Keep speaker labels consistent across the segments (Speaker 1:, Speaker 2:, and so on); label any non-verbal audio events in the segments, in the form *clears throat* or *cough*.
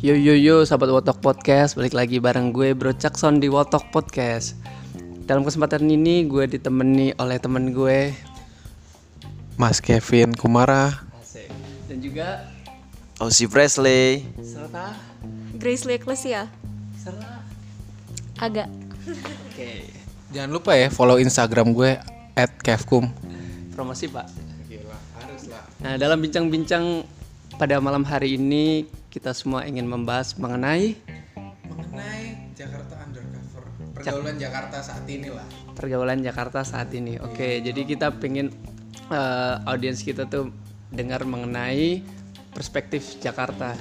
Speaker 1: Yo yo yo sahabat Wotok Podcast, balik lagi bareng gue Bro Jackson di Wotok Podcast. Dalam kesempatan ini gue ditemani oleh temen gue
Speaker 2: Mas Kevin Kumara.
Speaker 1: dan juga
Speaker 3: Osi Oh, Presley.
Speaker 1: serta
Speaker 4: Grace Lee Ecclesia
Speaker 1: serta
Speaker 4: agak
Speaker 1: oke
Speaker 2: Jangan lupa ya follow Instagram gue @kevkum.
Speaker 1: promosi Pak. Nah, dalam bincang-bincang pada malam hari ini kita semua ingin membahas mengenai
Speaker 2: Mengenai Jakarta Undercover, pergaulan Jakarta saat ini lah.
Speaker 1: pergaulan Jakarta saat ini. Oke, jadi kita pengen eh, audiens kita tuh dengar mengenai perspektif Jakarta.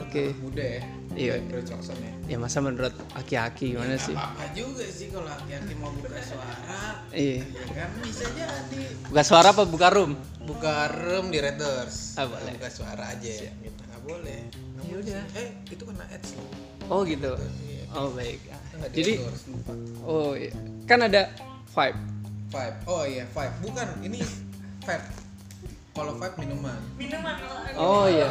Speaker 1: Oke,
Speaker 2: Muda ya.
Speaker 1: Iya.
Speaker 2: Bro Jackson ya.
Speaker 1: ya masa menurut aki-aki gimana sih?
Speaker 2: Apa juga sih kalau laki-laki mau buka suara,
Speaker 1: Iya.
Speaker 2: ya kan bisa jadi.
Speaker 1: Buka suara apa buka room?
Speaker 2: Buka room di Raiders.
Speaker 1: Ah, boleh. Ya
Speaker 2: Buka suara aja ya. Gitu. Nggak boleh. Nggak boleh
Speaker 1: Yaudah.
Speaker 2: sih. Eh, itu kena ads loh.
Speaker 1: Oh gitu. Oh baik.
Speaker 2: Nggak di
Speaker 1: Jadi
Speaker 2: endorse, lupa.
Speaker 1: oh iya. kan ada vibe.
Speaker 2: Vibe. Oh iya, Vibe. Bukan, ini Vibe. Kalau Vibe minuman.
Speaker 4: minuman kalau
Speaker 1: Oh iya.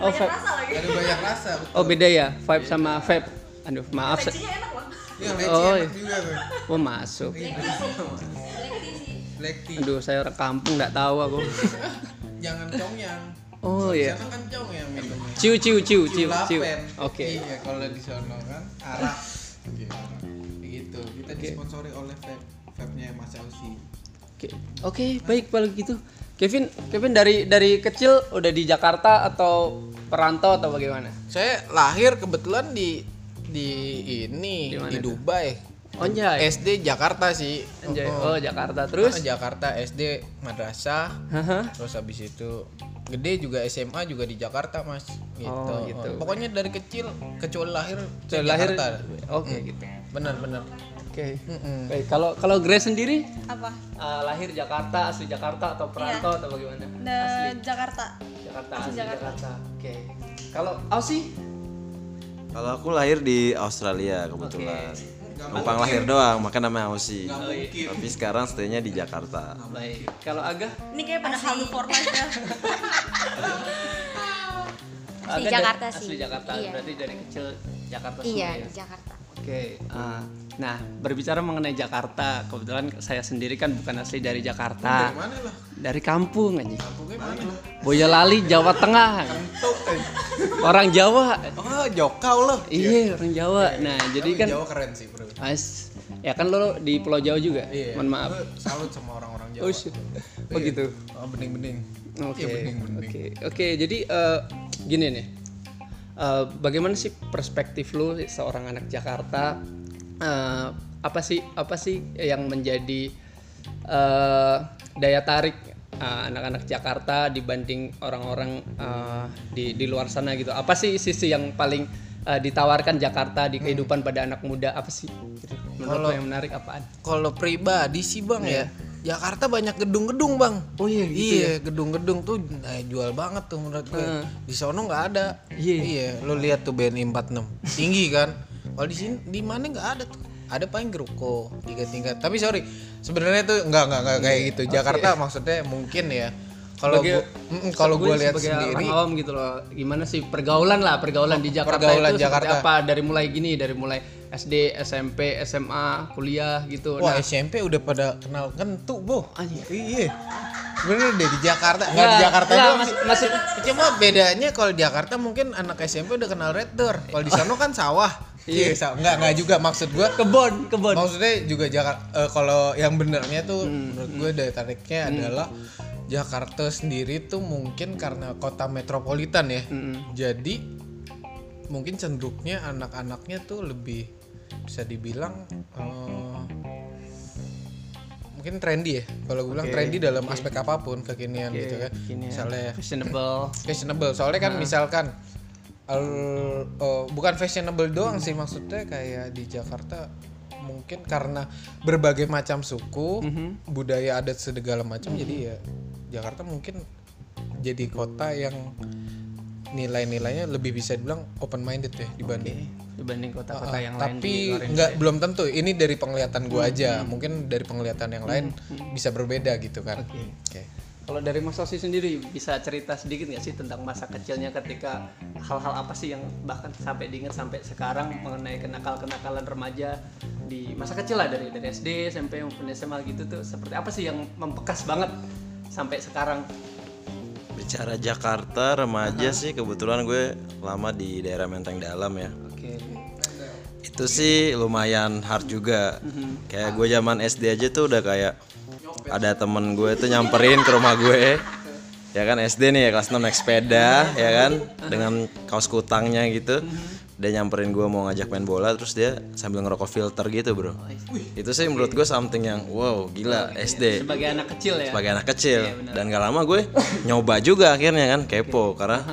Speaker 1: Oh vibe.
Speaker 4: rasa lagi
Speaker 2: Ada banyak rasa. betul.
Speaker 1: Oh beda ya vibe sama vape. Aduh maaf. sa-
Speaker 4: Isinya enak loh
Speaker 2: Iya, leci
Speaker 1: Oh,
Speaker 2: enak
Speaker 1: iya.
Speaker 2: juga tuh.
Speaker 1: Oh masuk.
Speaker 2: Black tea.
Speaker 1: Aduh saya orang kampung nggak tahu aku.
Speaker 2: Jangan congyang.
Speaker 5: *laughs*
Speaker 1: Oh
Speaker 2: Di
Speaker 1: iya.
Speaker 2: Sana kan congyang minumnya.
Speaker 1: Ciu ciu ciu ciu ciu.
Speaker 2: Cilapen.
Speaker 1: Oke.
Speaker 2: Iya, kalau di sono kan arah. Begitu. Kita disponsori oleh Vape. Vape-nya Mas Ausi.
Speaker 1: Oke, oke, baik kalau gitu. Kevin, Kevin dari dari kecil udah di Jakarta atau perantau atau bagaimana?
Speaker 5: Saya lahir kebetulan di di
Speaker 1: Di
Speaker 5: ini
Speaker 1: mana
Speaker 5: di
Speaker 1: itu?
Speaker 5: Dubai.
Speaker 1: Onjay.
Speaker 5: SD Jakarta sih.
Speaker 1: Eh, Anjay. Oh,
Speaker 5: Oh,
Speaker 1: Jakarta terus.
Speaker 5: Jakarta SD madrasah.
Speaker 1: Haha.
Speaker 5: Terus habis itu gede juga SMA juga di Jakarta, Mas. Gitu.
Speaker 1: Oh, gitu.
Speaker 5: Oh, Pokoknya dari kecil kecuali lahir
Speaker 1: Saya
Speaker 5: di
Speaker 1: lahir.
Speaker 5: Jakarta.
Speaker 1: Oke gitu.
Speaker 5: Benar, benar.
Speaker 1: Oke. Baik, kalau kalau Grace sendiri
Speaker 4: apa
Speaker 1: eh, lahir Jakarta, asli Jakarta atau perantau
Speaker 6: Iya.
Speaker 1: atau bagaimana?
Speaker 4: Nah, Jakarta
Speaker 1: Jakarta, asli, Jakarta. Oke. Kalau Aussie?
Speaker 3: Kalau aku lahir di Australia kebetulan. Numpang lahir doang, maka namanya Aussie. Tapi sekarang stay-nya di Jakarta.
Speaker 1: Baik. Kalau Aga?
Speaker 4: ini kayak pada halu for life *laughs* ya
Speaker 1: Aga dari-
Speaker 6: Jakarta sih.
Speaker 1: Asli Jakarta.
Speaker 6: Iya.
Speaker 1: Berarti dari kecil Jakarta semua
Speaker 6: Iya
Speaker 1: ya?
Speaker 6: di Jakarta.
Speaker 1: Oke, eh, nah berbicara mengenai Jakarta, kebetulan saya sendiri kan bukan asli dari Jakarta. Dari
Speaker 2: Mana lah?
Speaker 1: kampung aja.
Speaker 2: Pokoknya mana?
Speaker 1: Boyolali, Jawa Tengah.
Speaker 2: Tuh, eh.
Speaker 1: Orang Jawa.
Speaker 2: Oh, jokau loh.
Speaker 1: Iya, orang Jawa. Nah, jadi
Speaker 2: Tapi
Speaker 1: kan
Speaker 2: Jawa keren sih, Bro.
Speaker 1: As, ya kan lo di Pulau Jawa juga.
Speaker 2: Iya.
Speaker 1: Mohon maaf.
Speaker 2: Gua Salut sama orang-orang Jawa.
Speaker 1: Oh, shit. Oh, gitu.
Speaker 2: Oh, bening-bening.
Speaker 1: Oke.
Speaker 2: Iya, bening-bening.
Speaker 1: Oke. Oke, jadi eh, gini nih. Eh, bagaimana sih perspektif lo seorang anak Jakarta? Eh, apa sih apa sih yang menjadi eh, daya tarik eh, anak-anak Jakarta dibanding orang-orang eh, di di luar sana gitu? Apa sih sisi yang paling eh, ditawarkan Jakarta di kehidupan pada anak muda apa sih? Gitu. Menurut lo yang menarik apaan?
Speaker 5: Kalau pribadi sih, Bang ya. Jakarta banyak gedung-gedung, Bang.
Speaker 1: Iya. Oh iya, gitu
Speaker 5: iya, gedung-gedung tuh nah, jual banget tuh menurut gue.
Speaker 1: Heeh.
Speaker 5: Di sono nggak ada.
Speaker 1: Iya.
Speaker 5: Iya, lu lihat tuh BNI 46. Tinggi kan? Kalau di sini di mana nggak ada tuh. Ada paling geruko tiga tingkat. Tapi sorry, sebenarnya tuh nggak nggak nggak kayak gitu. Jakarta maksudnya mungkin ya. Kalau
Speaker 1: Sebagai-
Speaker 5: gua- mm, kalau
Speaker 1: gue
Speaker 5: gue lihat
Speaker 1: sebagai
Speaker 5: sendiri,
Speaker 1: orang awam gitu loh gimana sih pergaulan lah pergaulan di Jakarta
Speaker 5: pergaulan
Speaker 1: itu seperti
Speaker 5: Jakarta.
Speaker 1: apa dari mulai gini dari mulai SD SMP SMA kuliah gitu
Speaker 5: wah
Speaker 1: nah,
Speaker 5: SMP udah pada kenal kentu, boh.
Speaker 1: anjing.
Speaker 5: Iya. Bener deh di Jakarta, nggak di
Speaker 1: Nggak,
Speaker 5: Jakarta
Speaker 1: nggak,
Speaker 5: doang
Speaker 1: mas-
Speaker 5: sih.
Speaker 1: maksud-
Speaker 5: Ya, Cuma bedanya kalau di Jakarta mungkin anak SMP udah kenal Red Door. Kalau di sana kan sawah. Iya, sawah. Nggak, nggak juga maksud gua.
Speaker 1: kebon kebon
Speaker 5: Maksudnya juga Jakarta kalau yang benernya tuh menurut gue daya tariknya adalah Jakarta sendiri tuh mungkin karena kota metropolitan ya. Jadi mungkin cenderungnya anak-anaknya tuh lebih bisa dibilang eh, mungkin trendy ya. Kalau gue bilang trendy dalam aspek apapun kekinian gitu kan.
Speaker 1: Gini ya,
Speaker 5: Misalnya
Speaker 1: fashionable
Speaker 5: fashionable soalnya
Speaker 1: Nah.
Speaker 5: kan misalkan al- eh, bukan fashionable doang sih maksudnya kayak di Jakarta mungkin karena berbagai macam suku
Speaker 1: Mhm.
Speaker 5: budaya adat segala macam jadi ya Jakarta mungkin jadi kota yang nilai-nilainya lebih bisa dibilang open minded ya dibanding
Speaker 1: dibanding kota-kota
Speaker 5: Ah,
Speaker 1: yang lain
Speaker 5: tapi
Speaker 1: di Mhm. luar Indonesia.
Speaker 5: nggak belum tentu ini
Speaker 1: Mhm.
Speaker 5: dari penglihatan gua aja mungkin dari penglihatan yang lain bisa berbeda gitu kan oke
Speaker 1: Kalau dari Mas Osi sendiri bisa cerita sedikit nggak sih tentang masa kecilnya ketika hal-hal apa sih yang bahkan sampai diingat sampai sekarang mengenai kenakal-kenakalan remaja di masa kecil lah dari dari SD SMP maupun SMA gitu tuh seperti apa sih yang membekas banget sampai sekarang?
Speaker 3: Bicara Jakarta remaja sih kebetulan gue lama di daerah Menteng Dalam ya.
Speaker 1: Oke.
Speaker 3: Itu sih lumayan hard juga. Kayak gue zaman SD aja tuh udah kayak ada temen gue tuh nyamperin ke rumah gue. Ya kan SD nih ya kelas 6 naik sepeda ya kan dengan kaos kutangnya gitu. Dia nyamperin gue mau ngajak main bola terus dia sambil ngerokok filter gitu, Bro. Itu sih menurut gue something yang wow, gila SD
Speaker 1: Sebagai anak kecil ya.
Speaker 3: sebagai anak kecil dan gak lama
Speaker 1: *laughs*
Speaker 3: gue nyoba juga akhirnya kan kepo karena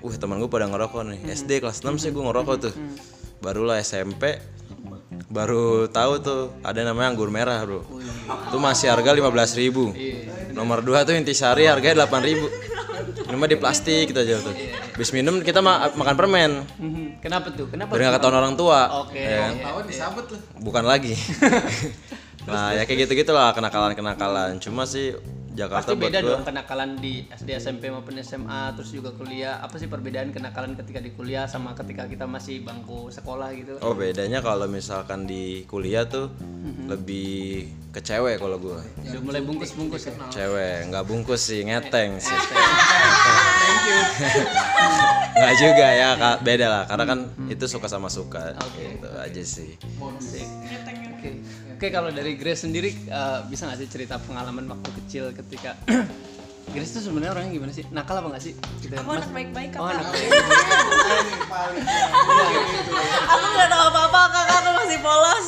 Speaker 3: uh teman gue pada ngerokok nih SD kelas 6 sih gue ngerokok tuh barulah SMP baru tahu tuh ada namanya anggur merah bro
Speaker 1: Oh, iya.
Speaker 3: itu masih harga 15.000 ribu nomor 2 tuh intisari harganya 8.000 ribu ini mah di plastik kita aja tuh
Speaker 1: Iya,
Speaker 3: habis minum kita ma- makan permen
Speaker 1: Mhm. Eh, Kenapa tuh? Kenapa?
Speaker 3: biar nggak ketahuan orang tua
Speaker 1: Oke.
Speaker 3: ya kan?
Speaker 2: Tahu disabet lah.
Speaker 3: bukan
Speaker 1: *laughs*
Speaker 3: lagi nah ya kayak gitu gitulah kenakalan kenakalan cuma sih Jakarta
Speaker 1: Pasti
Speaker 3: buat
Speaker 1: beda
Speaker 3: gue
Speaker 1: dong kenakalan di SD, SMP maupun SMA terus juga kuliah. Apa sih perbedaan kenakalan ketika di kuliah sama ketika kita masih bangku sekolah gitu?
Speaker 3: Oh bedanya kalau misalkan di kuliah tuh lebih ke cewek kalau gue
Speaker 1: Udah mulai bungkus-bungkus ya.
Speaker 3: cewek nggak bungkus sih ngeteng sih *laughs* nggak juga ya Kak. beda lah karena kan itu suka sama suka gitu aja sih
Speaker 1: Asik. Oke. ya. Oke, kalau dari Grace sendiri eh, bisa nggak sih cerita pengalaman waktu kecil ketika *clears throat* Grace tuh sebenarnya orangnya gimana sih? Nakal apa nggak sih? Gitu.
Speaker 4: Aku anak baik-baik
Speaker 1: Oh, anak
Speaker 4: kakak. Aku nggak tahu apa-apa kakak. Aku masih polos.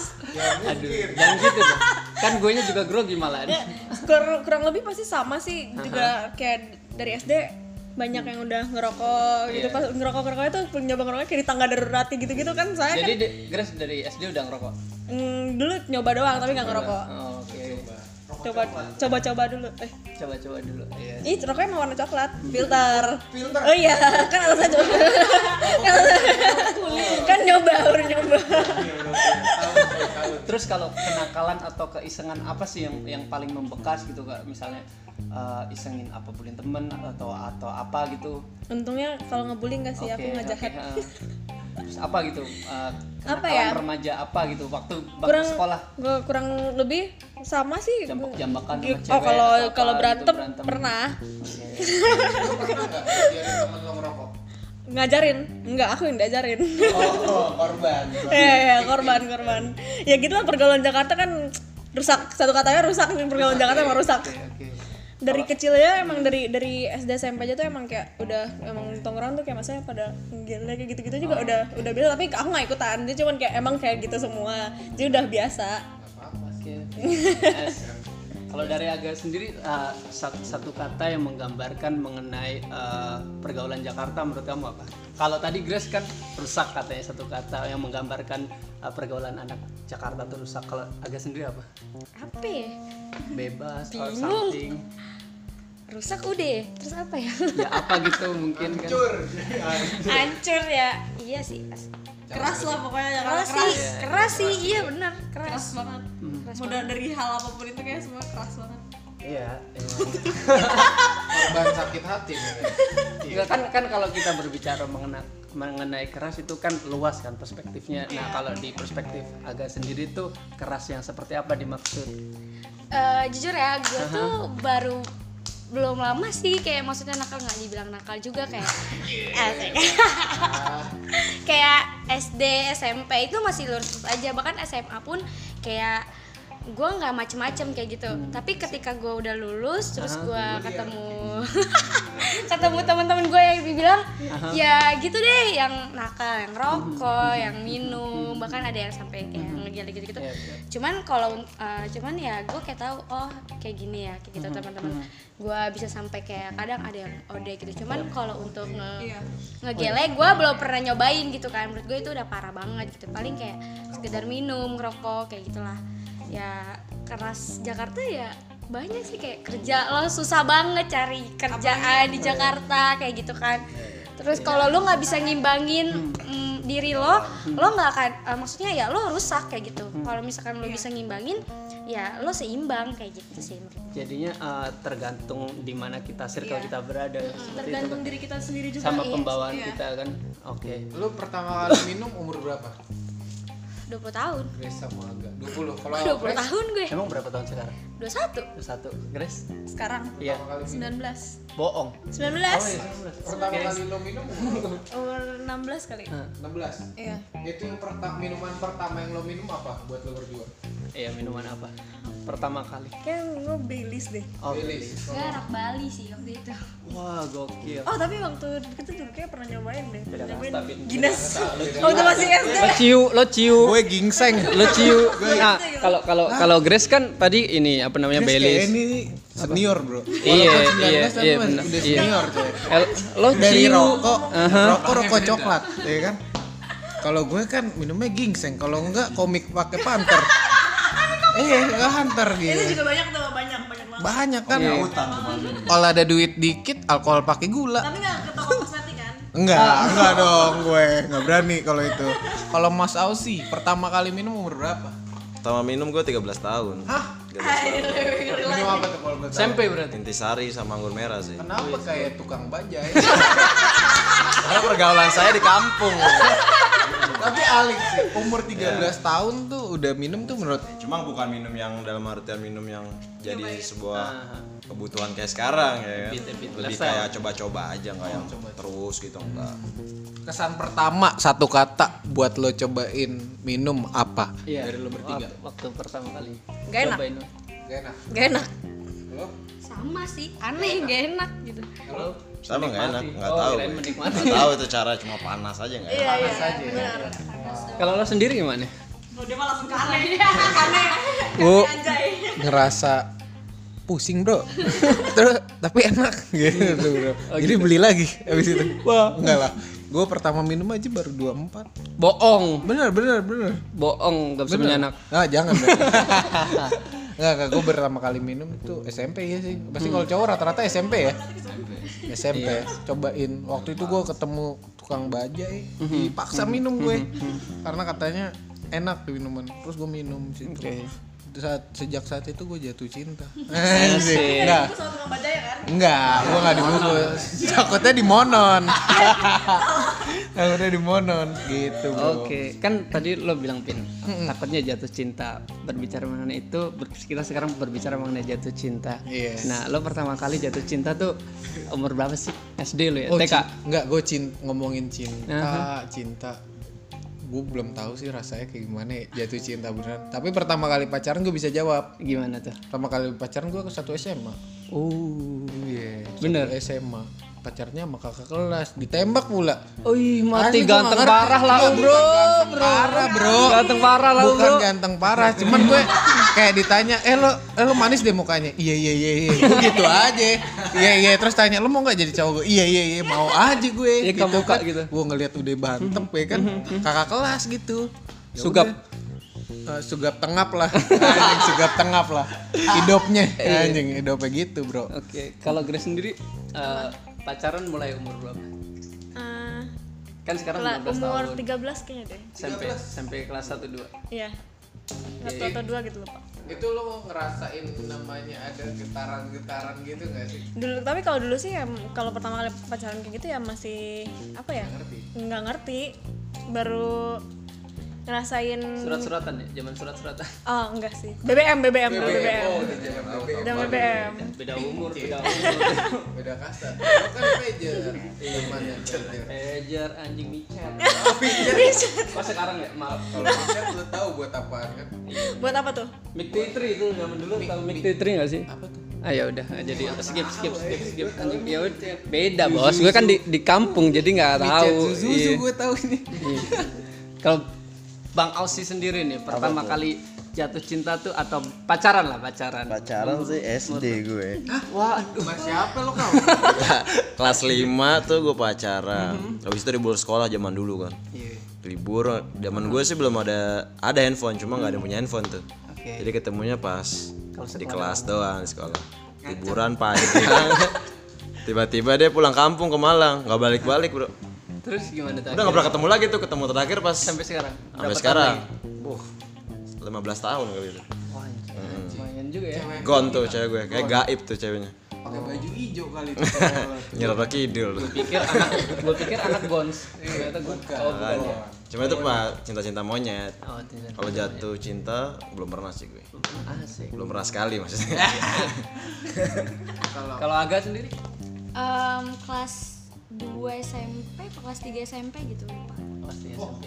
Speaker 1: Aduh, jangan gitu dong. Kan gue juga grogi malah.
Speaker 4: Ya, kur- kurang lebih pasti sama sih juga kayak dari SD banyak yang udah ngerokok gitu pas ngerokok ngerokok itu nyoba ngerokok kayak di tangga darurati gitu gitu kan saya
Speaker 1: Jadi di- Grace dari SD udah ngerokok.
Speaker 4: mm, dulu nyoba doang tapi nggak ngerokok
Speaker 1: Oh, Oke.
Speaker 4: coba coba coba dulu eh
Speaker 1: Coba-coba dulu. Iya.
Speaker 4: Ih, rokoknya emang warna coklat, filter. Oh iya, kan alasan coklat. kan, kan nyoba, baru nyoba.
Speaker 1: Terus kalau kenakalan atau keisengan apa sih yang yang paling membekas gitu kak? Misalnya eh, isengin apa bulin temen atau atau apa gitu?
Speaker 4: Untungnya kalau ngebully nggak sih, aku
Speaker 1: Oke,
Speaker 4: nggak jahat.
Speaker 1: oke, ha. Terus apa gitu? eh,
Speaker 4: Apa
Speaker 1: kenakalan
Speaker 4: ya?
Speaker 1: Remaja apa gitu? Waktu waktu
Speaker 4: Kurang
Speaker 1: sekolah
Speaker 4: gua kurang lebih sama sih.
Speaker 1: jambak-jambakan sama cewek.
Speaker 4: Oh,
Speaker 1: atau apa
Speaker 4: kalau kalau
Speaker 1: gitu,
Speaker 4: berantem, pernah *laughs* ngajarin nggak aku yang diajarin
Speaker 2: Oh,
Speaker 4: *laughs*
Speaker 2: korban.
Speaker 4: ya ya korban korban ya gitulah pergaulan Jakarta kan rusak satu katanya rusak pergaulan Jakarta emang rusak
Speaker 1: iya. Oke, oke.
Speaker 4: dari kecil ya emang dari dari SD SMP aja tuh emang kayak udah emang tongkrongan tuh kayak maksudnya pada gila kayak gitu-gitu juga
Speaker 1: Ah.
Speaker 4: udah udah bilang tapi aku nggak ikutan dia cuman kayak emang kayak gitu semua jadi udah biasa
Speaker 1: Oke, oke. Nice. Kalau dari Aga sendiri eh, sat- satu, kata yang menggambarkan mengenai eh, pergaulan Jakarta menurut kamu apa? Kalau tadi Grace kan rusak katanya satu kata yang menggambarkan eh, pergaulan anak Jakarta tuh rusak. Kalau Aga sendiri apa?
Speaker 6: apa ya
Speaker 1: Bebas or something?
Speaker 6: rusak udah terus apa ya
Speaker 1: Ya apa gitu mungkin kan?
Speaker 6: hancur ya iya sih pas
Speaker 4: keras lah pokoknya
Speaker 6: keras sih keras sih iya benar keras
Speaker 4: banget mau dari hal apapun itu kayak semua keras banget
Speaker 1: Iya. emang.
Speaker 2: Korban sakit hati. mereka.
Speaker 1: Enggak kan kan kalau kita berbicara mengenai mengenai keras itu kan luas kan perspektifnya. Nah,
Speaker 4: Iya.
Speaker 1: kalau di perspektif Aga sendiri tuh keras yang seperti apa dimaksud?
Speaker 6: Eh, jujur ya gue tuh baru belum lama sih kayak maksudnya nakal nggak dibilang nakal juga kayak Iya. Asik. Ah. *laughs* kayak SD SMP itu masih lurus aja bahkan SMA pun kayak gue nggak macem-macem kayak gitu tapi ketika gue udah lulus terus gue ketemu *laughs* ketemu teman-teman gue yang dibilang ya gitu deh yang nakal yang rokok yang minum bahkan ada yang sampai kayak ngegila gitu gitu
Speaker 1: Iya, iya.
Speaker 6: cuman kalau uh, cuman ya gue kayak tahu oh kayak gini ya kayak gitu teman-teman gue bisa sampai kayak kadang ada yang ode gitu cuman kalau untuk nge
Speaker 4: Iya.
Speaker 6: ngegelek gue belum pernah nyobain gitu kan menurut gue itu udah parah banget gitu paling kayak sekedar minum ngerokok kayak gitulah ya keras Jakarta ya banyak sih kayak kerja lo susah banget cari kerjaan di Jakarta kayak gitu kan terus kalau lo nggak bisa ngimbangin mm, Iya. diri lo lo nggak akan eh, maksudnya ya lo rusak kayak gitu kalau misalkan lo bisa ngimbangin ya lo seimbang kayak gitu sih menurut gue.
Speaker 1: Jadinya eh, tergantung di mana kita circle
Speaker 4: Iya.
Speaker 1: kita berada seperti itu
Speaker 4: tergantung diri kita sendiri
Speaker 1: kan.
Speaker 4: juga
Speaker 1: Sama
Speaker 4: Iya,
Speaker 1: pembawaan
Speaker 4: iya.
Speaker 1: kita kan. Oke.
Speaker 7: Lu pertama kali minum umur berapa?
Speaker 6: 20 tahun
Speaker 7: Grace sama Aga. 20. Kalau
Speaker 6: 20
Speaker 7: Grace
Speaker 6: tahun gue
Speaker 1: Emang berapa tahun sekarang?
Speaker 6: 21
Speaker 1: Satu. Grace?
Speaker 4: sekarang
Speaker 1: Iya.
Speaker 4: 19
Speaker 1: Bohong.
Speaker 4: 19
Speaker 1: Oh, iya, 19.
Speaker 7: pertama kali lu minum umur berapa?
Speaker 4: umur 16 kali
Speaker 1: Hah.
Speaker 7: 16.
Speaker 4: iya
Speaker 7: Itu yang pertama minuman pertama yang lo minum apa buat lo berdua?
Speaker 1: Iya, minuman apa? Pertama kali.
Speaker 4: kayak gue Baileys deh
Speaker 1: Oh,
Speaker 7: Rilis.
Speaker 6: gue anak Bali sih waktu itu
Speaker 1: Wah, gokil.
Speaker 4: oh tapi waktu itu juga kayak pernah nyobain deh pernah nyobain
Speaker 1: nastabin.
Speaker 4: Guinness *laughs* waktu masih SD
Speaker 1: Lo ciu, lo ciu.
Speaker 5: Gue gingseng.
Speaker 1: Lo ciu. Nah, kalau kalau kalau Grace kan tadi ini apa namanya
Speaker 5: Ini kayak
Speaker 1: Baileys.
Speaker 5: ini senior bro.
Speaker 1: Iya,
Speaker 5: Walaupun 19
Speaker 1: iya,
Speaker 5: tapi
Speaker 1: iya,
Speaker 5: masih
Speaker 1: bener.
Speaker 5: udah
Speaker 1: Iya.
Speaker 5: senior coy.
Speaker 1: El, lo
Speaker 5: Dari
Speaker 1: ciu.
Speaker 5: rokok,
Speaker 1: Aha.
Speaker 5: rokok rokok coklat, ya kan? Kalau gue kan minumnya gingseng, kalau enggak komik pakai panter. Eh, enggak hunter
Speaker 4: itu
Speaker 5: gitu.
Speaker 4: juga banyak tuh banyak banyak banget
Speaker 5: Banyak kan. Kalau ada duit dikit, alkohol pakai gula.
Speaker 4: tapi nggak ke toko kosmetik kan
Speaker 5: Enggak, enggak dong gue, enggak berani kalau itu. Kalau Mas Ausi pertama kali minum umur berapa?
Speaker 3: Pertama minum gue 13 tahun.
Speaker 5: Hah?
Speaker 3: 13 tahun.
Speaker 5: Minum apa tuh kalau gue
Speaker 1: SMP berarti.
Speaker 3: Intisari sama anggur merah sih.
Speaker 5: Kenapa kayak tukang bajai?
Speaker 3: Karena pergaulan saya di kampung.
Speaker 5: *laughs* Tapi Alex sih, umur 13 tahun tuh udah minum tuh menurut
Speaker 3: Cuma bukan minum yang dalam artian minum yang jadi sebuah kebutuhan kayak sekarang ya kan.
Speaker 1: Bit-bit
Speaker 3: Lebih
Speaker 1: lifestyle.
Speaker 3: kayak coba-coba aja nggak yang terus gitu enggak.
Speaker 5: kesan pertama satu kata buat lo cobain minum apa?
Speaker 1: Iya.
Speaker 5: Dari lo bertiga.
Speaker 1: Waktu, waktu pertama kali.
Speaker 4: Gak enak.
Speaker 1: Cobain lo.
Speaker 5: Gak enak.
Speaker 4: gak enak
Speaker 5: Lo?
Speaker 6: sama sih aneh gak enak gitu
Speaker 1: Lo
Speaker 3: Sama nggak enak,
Speaker 1: menikmati.
Speaker 3: nggak
Speaker 1: Oh,
Speaker 3: tahu.
Speaker 1: kirain
Speaker 3: gue.
Speaker 1: menikmati.
Speaker 3: Nggak tahu itu cara cuma panas aja nggak enak.
Speaker 4: iya
Speaker 1: Kalau lo sendiri gimana?
Speaker 4: udah malah langsung ke aneh aneh
Speaker 5: Gue
Speaker 4: anjay
Speaker 5: ngerasa pusing bro terus tapi enak gitu bro jadi beli lagi abis itu wah enggak lah gue pertama minum aja baru 24
Speaker 1: Bohong.
Speaker 5: bener bener bener
Speaker 1: Bohong, gak bisa
Speaker 5: Bener.
Speaker 1: menyanak.
Speaker 5: Ah, jangan. dong. Enggak, enggak gue pertama kali minum itu SMP ya sih. Pasti kalau cowok rata-rata SMP ya. SMP. Cobain. Waktu itu gue ketemu tukang bajai, dipaksa minum gue. Karena katanya enak tuh minuman. Terus gue minum di situ. Terus Saat, sejak saat itu gue jatuh cinta. *laughs*
Speaker 1: Asik.
Speaker 5: Enggak,
Speaker 4: sama tukang baca ya kan
Speaker 5: enggak, gue nggak dibungkus. Takutnya di monon. *laughs* Takutnya di monon gitu, bro.
Speaker 1: Oke, kan tadi lo bilang pin takutnya jatuh cinta. Berbicara mengenai itu, ber- kita sekarang berbicara mengenai jatuh cinta.
Speaker 5: Iya.
Speaker 1: Nah, lo pertama kali jatuh cinta tuh umur berapa sih? SD lo ya?
Speaker 5: Oh,
Speaker 1: TK.
Speaker 5: cin- enggak, gue cin- ngomongin cinta,
Speaker 1: Aha.
Speaker 5: cinta. Gue belum tahu sih rasanya kayak gimana ya, jatuh cinta beneran. Tapi pertama kali pacaran gue bisa jawab.
Speaker 1: Gimana tuh?
Speaker 5: Pertama kali pacaran gue ke satu SMA.
Speaker 1: Oh.
Speaker 5: Iya.
Speaker 1: Bener.
Speaker 5: Satu SMA. Pacarnya sama kakak kelas, ditembak pula.
Speaker 1: Ih, mati
Speaker 5: Asli gua
Speaker 1: ganteng
Speaker 5: nggak iya. ngerti.
Speaker 1: parah lah,
Speaker 5: Iya,
Speaker 1: bro.
Speaker 5: bukan ganteng Parah, bro.
Speaker 1: Ganteng parah lah,
Speaker 5: Bukan
Speaker 1: bro.
Speaker 5: ganteng parah, cuman gue kayak ditanya, "Eh lo, eh, lo manis deh mukanya." Iya, iya, iya, iya. Gue gitu aja. Iya, iya, terus tanya, "Lo mau nggak jadi cowok gue?" Iya, iya, iya, mau aja gue.
Speaker 1: Iya,
Speaker 5: gitu
Speaker 1: kebuka
Speaker 5: kan.
Speaker 1: gitu.
Speaker 5: Gue ngeliat udah bantep ya kan. Kakak kelas gitu. Ya
Speaker 1: Sugap.
Speaker 5: udah. Eh, sugap tengap lah. *laughs* Anjing, sugap tengap lah. Hidupnya anjing, hidupnya gitu, Bro.
Speaker 1: Oke, kalau Grace sendiri eh, pacaran mulai umur berapa?
Speaker 4: Eh,
Speaker 1: Kan sekarang
Speaker 4: kela-
Speaker 1: 15
Speaker 4: umur
Speaker 1: tahun.
Speaker 4: 13 kayaknya deh
Speaker 1: SMP, SMP kelas 1 2.
Speaker 4: iya satu atau dua gitu lupa
Speaker 5: Itu lo ngerasain namanya ada getaran-getaran gitu gak sih?
Speaker 4: dulu tapi kalau dulu sih ya kalau pertama kali pacaran kayak gitu ya masih apa ya nggak ngerti baru ngerasain
Speaker 1: Surat-suratan ya, zaman surat-suratan.
Speaker 4: oh enggak sih BBM BBM dulu BBM
Speaker 5: Oh.
Speaker 4: udah BBM
Speaker 1: Beda umur, beda umur. *laughs*
Speaker 5: beda kasta lo kan pager temannya pager
Speaker 1: Pager anjing micet. *laughs*
Speaker 5: pager
Speaker 1: Kok Oh, sekarang ya? Maaf.
Speaker 5: kalau pager lo tahu buat apaan kan
Speaker 4: buat apa tuh
Speaker 1: Mic Titri itu zaman dulu tau Mic Titri gak sih? Apa tuh? Ah ya udah, ah, jadi skip skip skip skip anjing ya udah. beda bos. Gue kan di di kampung jadi nggak tahu. Iya.
Speaker 5: gue tahu ini
Speaker 1: Iya. Kalau Bang Ausi sendiri nih pertama kali jatuh cinta tuh atau pacaran lah pacaran.
Speaker 3: Pacaran sih SD gue.
Speaker 1: Waduh.
Speaker 5: mas siapa lo kau
Speaker 3: *laughs* Kelas 5 tuh gue pacaran. Habis itu libur sekolah zaman dulu kan.
Speaker 1: Iya.
Speaker 3: Libur zaman gue sih belum ada ada handphone, cuma nggak ada yang punya handphone tuh.
Speaker 1: Oke.
Speaker 3: Jadi ketemunya pas
Speaker 1: Kalau
Speaker 3: di kelas doang di sekolah. Liburan pagi. *laughs* Tiba-tiba dia pulang kampung ke Malang, nggak balik-balik bro.
Speaker 1: Terus gimana
Speaker 3: Udah
Speaker 1: tadi?
Speaker 3: nggak pernah ketemu lagi tuh, ketemu terakhir pas
Speaker 1: sampai sekarang.
Speaker 3: sampai sekarang. Uh, 15 tahun kali itu.
Speaker 1: Wah, anjing.
Speaker 3: Mm.
Speaker 1: juga ya.
Speaker 3: Gon tuh cewek gue, kayak gaib tuh ceweknya.
Speaker 2: pakai
Speaker 5: Oh.
Speaker 2: baju hijau kali
Speaker 5: *laughs*
Speaker 2: itu cewek.
Speaker 3: Nyerok kidul.
Speaker 1: Pikir anak, gue pikir anak Gons. Ternyata gue oh, bukan.
Speaker 3: Cuma itu pak cinta-cinta monyet.
Speaker 1: Oh, ternyata.
Speaker 3: Kalau jatuh cinta belum pernah sih gue.
Speaker 1: Asik.
Speaker 3: Belum pernah sekali
Speaker 1: *laughs*
Speaker 3: maksudnya.
Speaker 1: Kalau Aga sendiri?
Speaker 6: Em, kelas 2 SMP apa kelas 3 SMP gitu lupa.
Speaker 1: Pastinya SMP.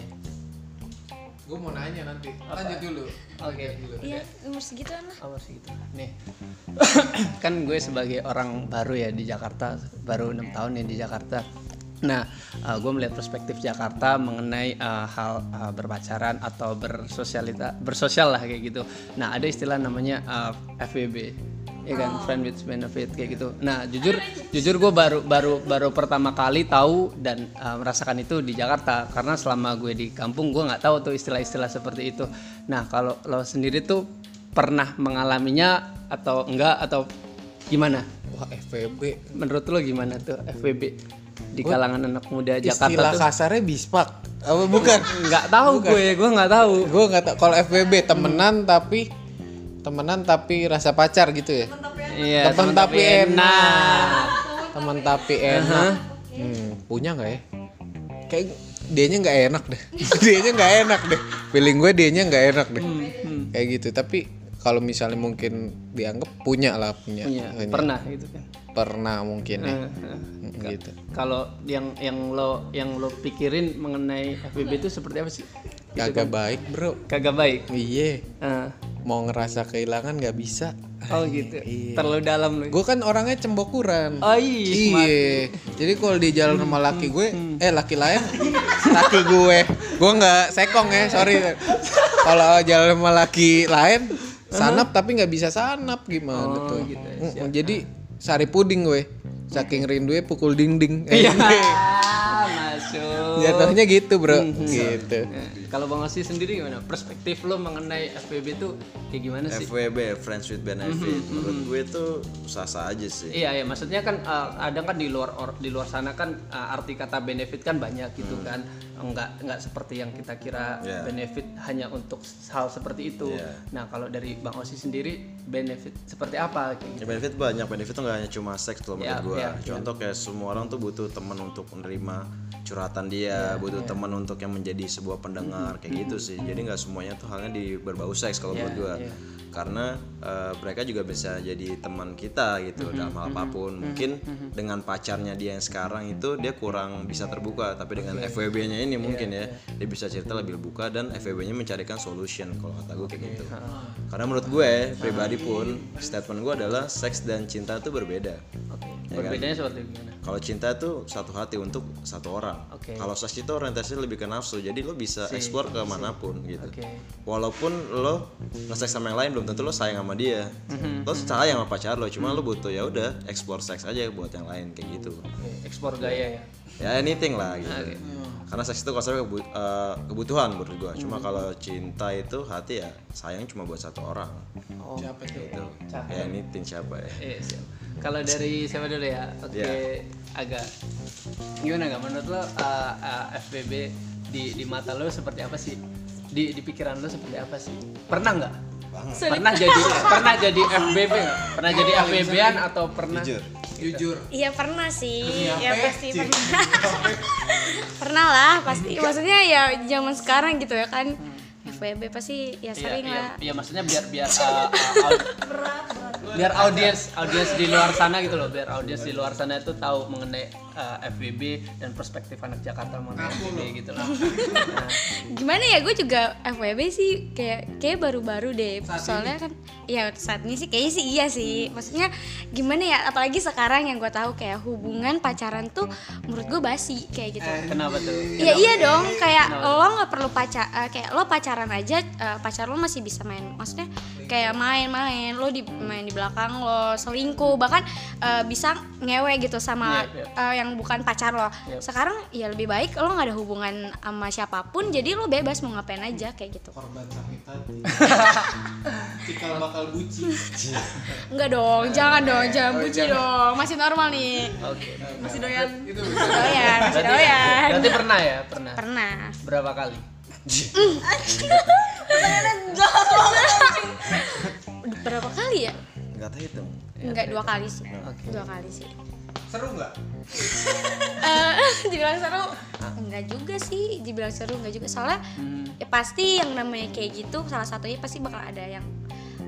Speaker 5: Gue mau nanya nanti. Lanjut dulu.
Speaker 1: Oh, Oke.
Speaker 6: Iya, umur segituan lah.
Speaker 1: Apa sih gitu? Nih. *coughs* kan gue sebagai orang baru ya di Jakarta, baru enam tahun ya di Jakarta. Nah, eh, gue melihat perspektif Jakarta mengenai eh, hal eh, berpacaran atau bersosialita bersosial lah kayak gitu. Nah, ada istilah namanya eh, FWB, ya kan, friend with benefit kayak gitu. Nah, jujur jujur gue baru baru baru pertama kali tahu dan eh, merasakan itu di Jakarta karena selama gue di kampung gue nggak tahu tuh istilah-istilah seperti itu. Nah, kalau lo sendiri tuh pernah mengalaminya atau enggak atau gimana?
Speaker 5: Wah FVB.
Speaker 1: Menurut lo gimana tuh FWB di kalangan anak muda
Speaker 5: Istilah
Speaker 1: Jakarta tuh?
Speaker 5: kasarnya bispak. Apa bukan?
Speaker 1: Nggak tahu gue, gue nggak tahu.
Speaker 5: gue nggak tau. Kalau FVB temenan tapi temenan tapi rasa pacar gitu ya.
Speaker 1: Iya, temen
Speaker 5: Temen tapi enak. Temen tapi enak. Hmm, punya nggak ya? Kayak dianya nggak enak deh. *laughs* dianya nggak enak deh. Feeling gue dianya nggak enak deh. Kayak gitu. Tapi kalau misalnya mungkin dianggap punya lah punya.
Speaker 1: Punya, Eh,
Speaker 5: Punya.
Speaker 1: pernah gitu kan.
Speaker 5: Pernah mungkin ya.
Speaker 1: Heeh.
Speaker 5: Mm, gitu.
Speaker 1: Kalau yang yang lo yang lo pikirin mengenai FWB itu seperti apa sih?
Speaker 5: Kagak baik bro.
Speaker 1: Kagak baik.
Speaker 5: Iya.
Speaker 1: Eh,
Speaker 5: Mau ngerasa kehilangan nggak bisa.
Speaker 1: oh gitu. Terlalu dalam lo.
Speaker 5: Gue kan orangnya cembokuran.
Speaker 1: Oh iya. Hmm,
Speaker 5: Iya. Jadi kalau di jalan sama laki gue, eh laki lain, laki gue, gue nggak sekong ya, sorry. Kalau jalan sama laki lain, sanap tapi nggak bisa sanap gimana tuh?
Speaker 1: gitu ya,
Speaker 5: Mm, Jadi sari puding gue, saking rindunya pukul dinding. Eh,
Speaker 1: Iya.
Speaker 5: gue.
Speaker 1: Masuk.
Speaker 5: Jatuhnya gitu bro, gitu.
Speaker 1: Eh, Kalau Bang Osi sendiri gimana? Perspektif lo mengenai FWB itu kayak gimana sih? Mhm.
Speaker 3: FWB, Friends with Benefit. Menurut gue tuh sah-sah aja sih.
Speaker 1: Iya ya, maksudnya kan eh, ada kan di luar or- di luar sana kan eh, arti kata benefit kan banyak gitu kan. Enggak enggak seperti yang kita kira
Speaker 3: Iya.
Speaker 1: benefit hanya untuk hal seperti itu.
Speaker 3: Iya.
Speaker 1: Nah, kalau dari Bang Osi sendiri benefit seperti apa kayak gitu?
Speaker 3: Ya, benefit banyak, benefit tuh gak hanya cuma seks tuh menurut
Speaker 1: Ya,
Speaker 3: gue.
Speaker 1: ya,
Speaker 3: Contoh kayak semua orang tuh butuh teman untuk menerima curhatan
Speaker 1: Iya,
Speaker 3: dia, butuh teman untuk yang menjadi sebuah pendengar kayak gitu
Speaker 1: Mhm.
Speaker 3: sih. Jadi nggak semuanya tuh halnya di berbau seks kalau
Speaker 1: Iya,
Speaker 3: menurut gue. Karena eh, mereka juga bisa jadi teman kita gitu
Speaker 1: Mm-hmm,
Speaker 3: dalam hal apapun. Mungkin dengan pacarnya dia yang sekarang itu dia kurang bisa terbuka, tapi dengan FWB-nya
Speaker 1: Iya,
Speaker 3: ini mungkin ya dia bisa cerita lebih terbuka dan FWB-nya mencarikan solution kalau kata gue kayak gitu.
Speaker 1: Iya.
Speaker 3: Karena menurut
Speaker 1: Ah.
Speaker 3: gue pribadi pun statement gue adalah seks dan cinta itu berbeda.
Speaker 1: Oke.
Speaker 3: Ya
Speaker 1: Perbedaannya seperti gimana?
Speaker 3: Kalau cinta tuh satu hati untuk satu orang.
Speaker 1: Oke.
Speaker 3: Kalau seks itu orientasinya lebih ke nafsu, jadi lo bisa explore ke manapun gitu.
Speaker 1: Oke.
Speaker 3: Walaupun lo nge-sex sama yang lain belum tentu lo sayang sama dia. Lo sayang sama pacar lo, cuma lo butuh ya udah explore seks aja buat yang lain kayak gitu.
Speaker 1: Oke, Ekspor gaya ya.
Speaker 3: Ya anything lah gitu. Karena seks itu konsepnya kebu- eh, kebutuhan menurut gua. Cuma kalau cinta itu hati ya sayang cuma buat satu orang.
Speaker 1: Oh.
Speaker 3: Gitu. Ya anything siapa ya.
Speaker 1: Iya, siap. Kalau dari siapa dulu ya? Oke, agak gimana gak menurut lo uh, uh, FBB di di mata lo seperti apa sih? Di di pikiran lo seperti apa sih? Pernah nggak? Pernah jadi eh, pernah jadi FBB nggak? Pernah jadi FBB-an atau pernah?
Speaker 5: Jujur.
Speaker 6: Iya pernah sih, ya pasti pernah.
Speaker 1: *laughs*
Speaker 6: pernah lah pasti. Maksudnya ya zaman sekarang gitu ya kan. FWB pasti
Speaker 1: Hmm,
Speaker 6: ya
Speaker 1: Iya,
Speaker 6: sering
Speaker 1: iya,
Speaker 6: lah.
Speaker 1: iya, maksudnya biar biar uh, uh, aud- biar audiens audiens di luar sana gitu loh, biar audiens di luar sana itu tahu mengenai uh, FBB dan perspektif anak Jakarta mengenai FBB gitu *laughs* loh.
Speaker 6: Gimana ya gue juga FWB sih kayak kayak baru-baru deh. Soalnya kan ya saat ini sih kayaknya sih iya sih.
Speaker 1: Hmm.
Speaker 6: Maksudnya gimana ya apalagi sekarang yang gue tahu kayak hubungan pacaran tuh
Speaker 1: Hmm.
Speaker 6: menurut gue basi kayak gitu.
Speaker 1: Kenapa tuh?
Speaker 6: Iya iya dong kayak lo nggak perlu pacar eh, kayak lo pacaran aja eh, pacar lo masih bisa main maksudnya kayak main-main lo di main di belakang lo selingkuh bahkan eh, bisa ngewe gitu
Speaker 1: Iya,
Speaker 6: sama
Speaker 1: iya.
Speaker 6: eh, yang bukan pacar lo sekarang ya lebih baik lo nggak ada hubungan sama siapapun jadi lo bebas mau ngapain aja kayak gitu
Speaker 2: Korban sakit
Speaker 6: *laughs*
Speaker 2: hati. Cikal bakal buci.
Speaker 6: enggak dong jangan dong jangan buci dong masih normal nih
Speaker 1: Oke.
Speaker 4: Masih doyan.
Speaker 6: masih doyan masih
Speaker 1: Berarti,
Speaker 6: doyan
Speaker 1: berarti pernah ya, pernah.
Speaker 6: pernah
Speaker 1: Berapa kali?
Speaker 6: berapa kali ya?
Speaker 3: Enggak tahu itu.
Speaker 6: Enggak dua kali sih. Dua kali sih.
Speaker 5: Seru nggak?
Speaker 6: *laughs* Eh, dibilang seru enggak juga sih dibilang seru enggak juga soalnya
Speaker 5: Hmm.
Speaker 6: ya pasti yang namanya kayak gitu salah satunya pasti bakal ada yang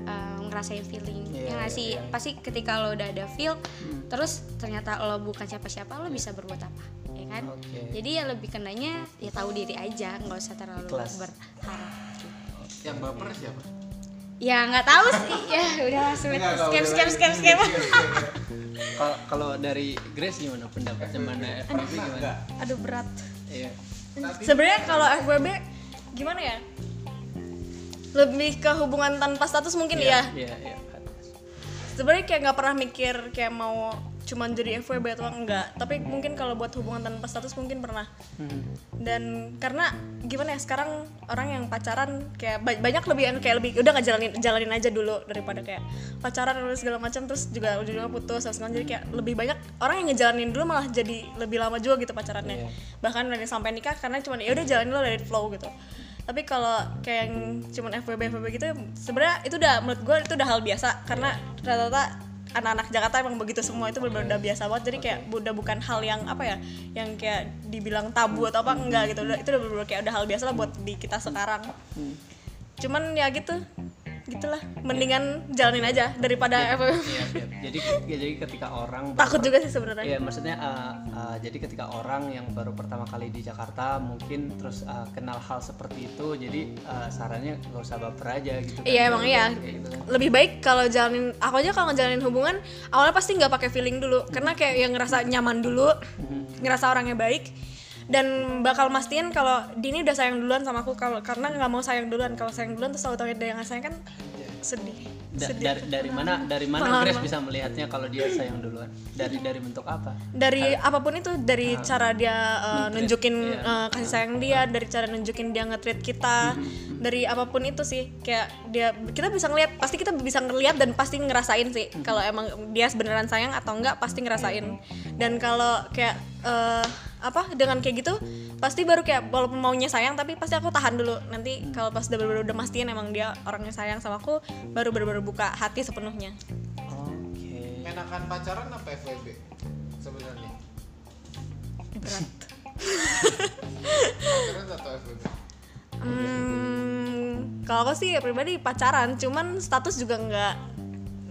Speaker 6: eh, ngerasain feeling
Speaker 5: Iya,
Speaker 6: yang ngasih pasti ketika lo udah ada feel
Speaker 5: Hmm.
Speaker 6: terus ternyata lo bukan siapa-siapa
Speaker 5: Iya.
Speaker 6: lo bisa berbuat apa ya kan jadi ya lebih kenanya ya tahu diri aja nggak usah terlalu berharap gitu. *laughs*
Speaker 2: Yang baper siapa?
Speaker 6: ya nggak tahu sih ya udah skip skip skip skip skip
Speaker 1: Kal- Kalau dari Grace gimana pendapatnya mana? FYP gimana?
Speaker 4: *laughs* aduh berat
Speaker 1: Iya.
Speaker 4: sebenarnya kalau FWB gimana ya lebih ke hubungan tanpa status mungkin ya
Speaker 1: Iya, iya.
Speaker 4: sebenarnya kayak nggak pernah mikir kayak mau cuman jadi FWB atau enggak tapi mungkin kalau buat hubungan tanpa status mungkin pernah dan karena gimana ya sekarang orang yang pacaran kayak ba- banyak lebih yang kayak lebih udah nggak jalanin jalanin aja dulu daripada kayak pacaran dulu segala macam terus juga ujung-ujungnya putus terus jadi kayak lebih banyak orang yang ngejalanin dulu malah jadi lebih lama juga gitu pacarannya bahkan dari sampai nikah karena cuman ya udah jalanin lo dari flow gitu tapi kalau kayak yang cuman FWB FWB gitu sebenarnya itu udah menurut gue itu udah hal biasa karena rata-rata anak-anak Jakarta emang begitu semua itu benar-benar udah biasa banget jadi kayak udah bukan hal yang apa ya yang kayak dibilang tabu atau apa enggak gitu udah, itu udah benar kayak udah hal biasa lah buat di kita sekarang cuman ya gitu gitulah mendingan jalanin aja daripada apa
Speaker 1: Iya, iya. Jadi jadi ketika orang
Speaker 4: *laughs* takut juga sih sebenarnya
Speaker 1: Iya, maksudnya uh, uh, jadi ketika orang yang baru pertama kali di Jakarta mungkin terus uh, kenal hal seperti itu, jadi uh, sarannya nggak usah baper aja gitu. kan.
Speaker 4: Iya emang iya.
Speaker 1: Kayak gitu kan.
Speaker 4: Lebih baik kalau jalanin aku aja kalau ngejalanin hubungan awalnya pasti nggak pakai feeling dulu karena kayak yang ngerasa nyaman dulu, ngerasa orangnya baik dan bakal mastiin kalau Dini udah sayang duluan sama aku kalau karena nggak mau sayang duluan kalau sayang duluan terus tahu-tahu ada yang nggak sayang kan sedih.
Speaker 1: Da- dari, dari mana dari mana Grace bisa melihatnya kalau dia sayang duluan? Dari dari bentuk apa?
Speaker 4: dari apapun itu dari cara dia uh, nunjukin uh, kasih sayang dia dari cara nunjukin dia nge-treat kita dari apapun itu sih kayak dia kita bisa ngeliat pasti kita bisa ngeliat dan pasti ngerasain sih kalau emang dia beneran sayang atau enggak pasti ngerasain dan kalau kayak eh, apa dengan kayak gitu pasti baru kayak walaupun maunya sayang tapi pasti aku tahan dulu nanti kalau pas udah bener-bener udah mastiin emang dia orangnya sayang sama aku baru bener-bener buka hati sepenuhnya
Speaker 1: Oke.
Speaker 5: Enakan pacaran apa FWB? Sebenarnya.
Speaker 4: berat
Speaker 5: Pacaran atau FWB?
Speaker 4: Hmm, kalau aku sih ya pribadi pacaran, cuman status juga nggak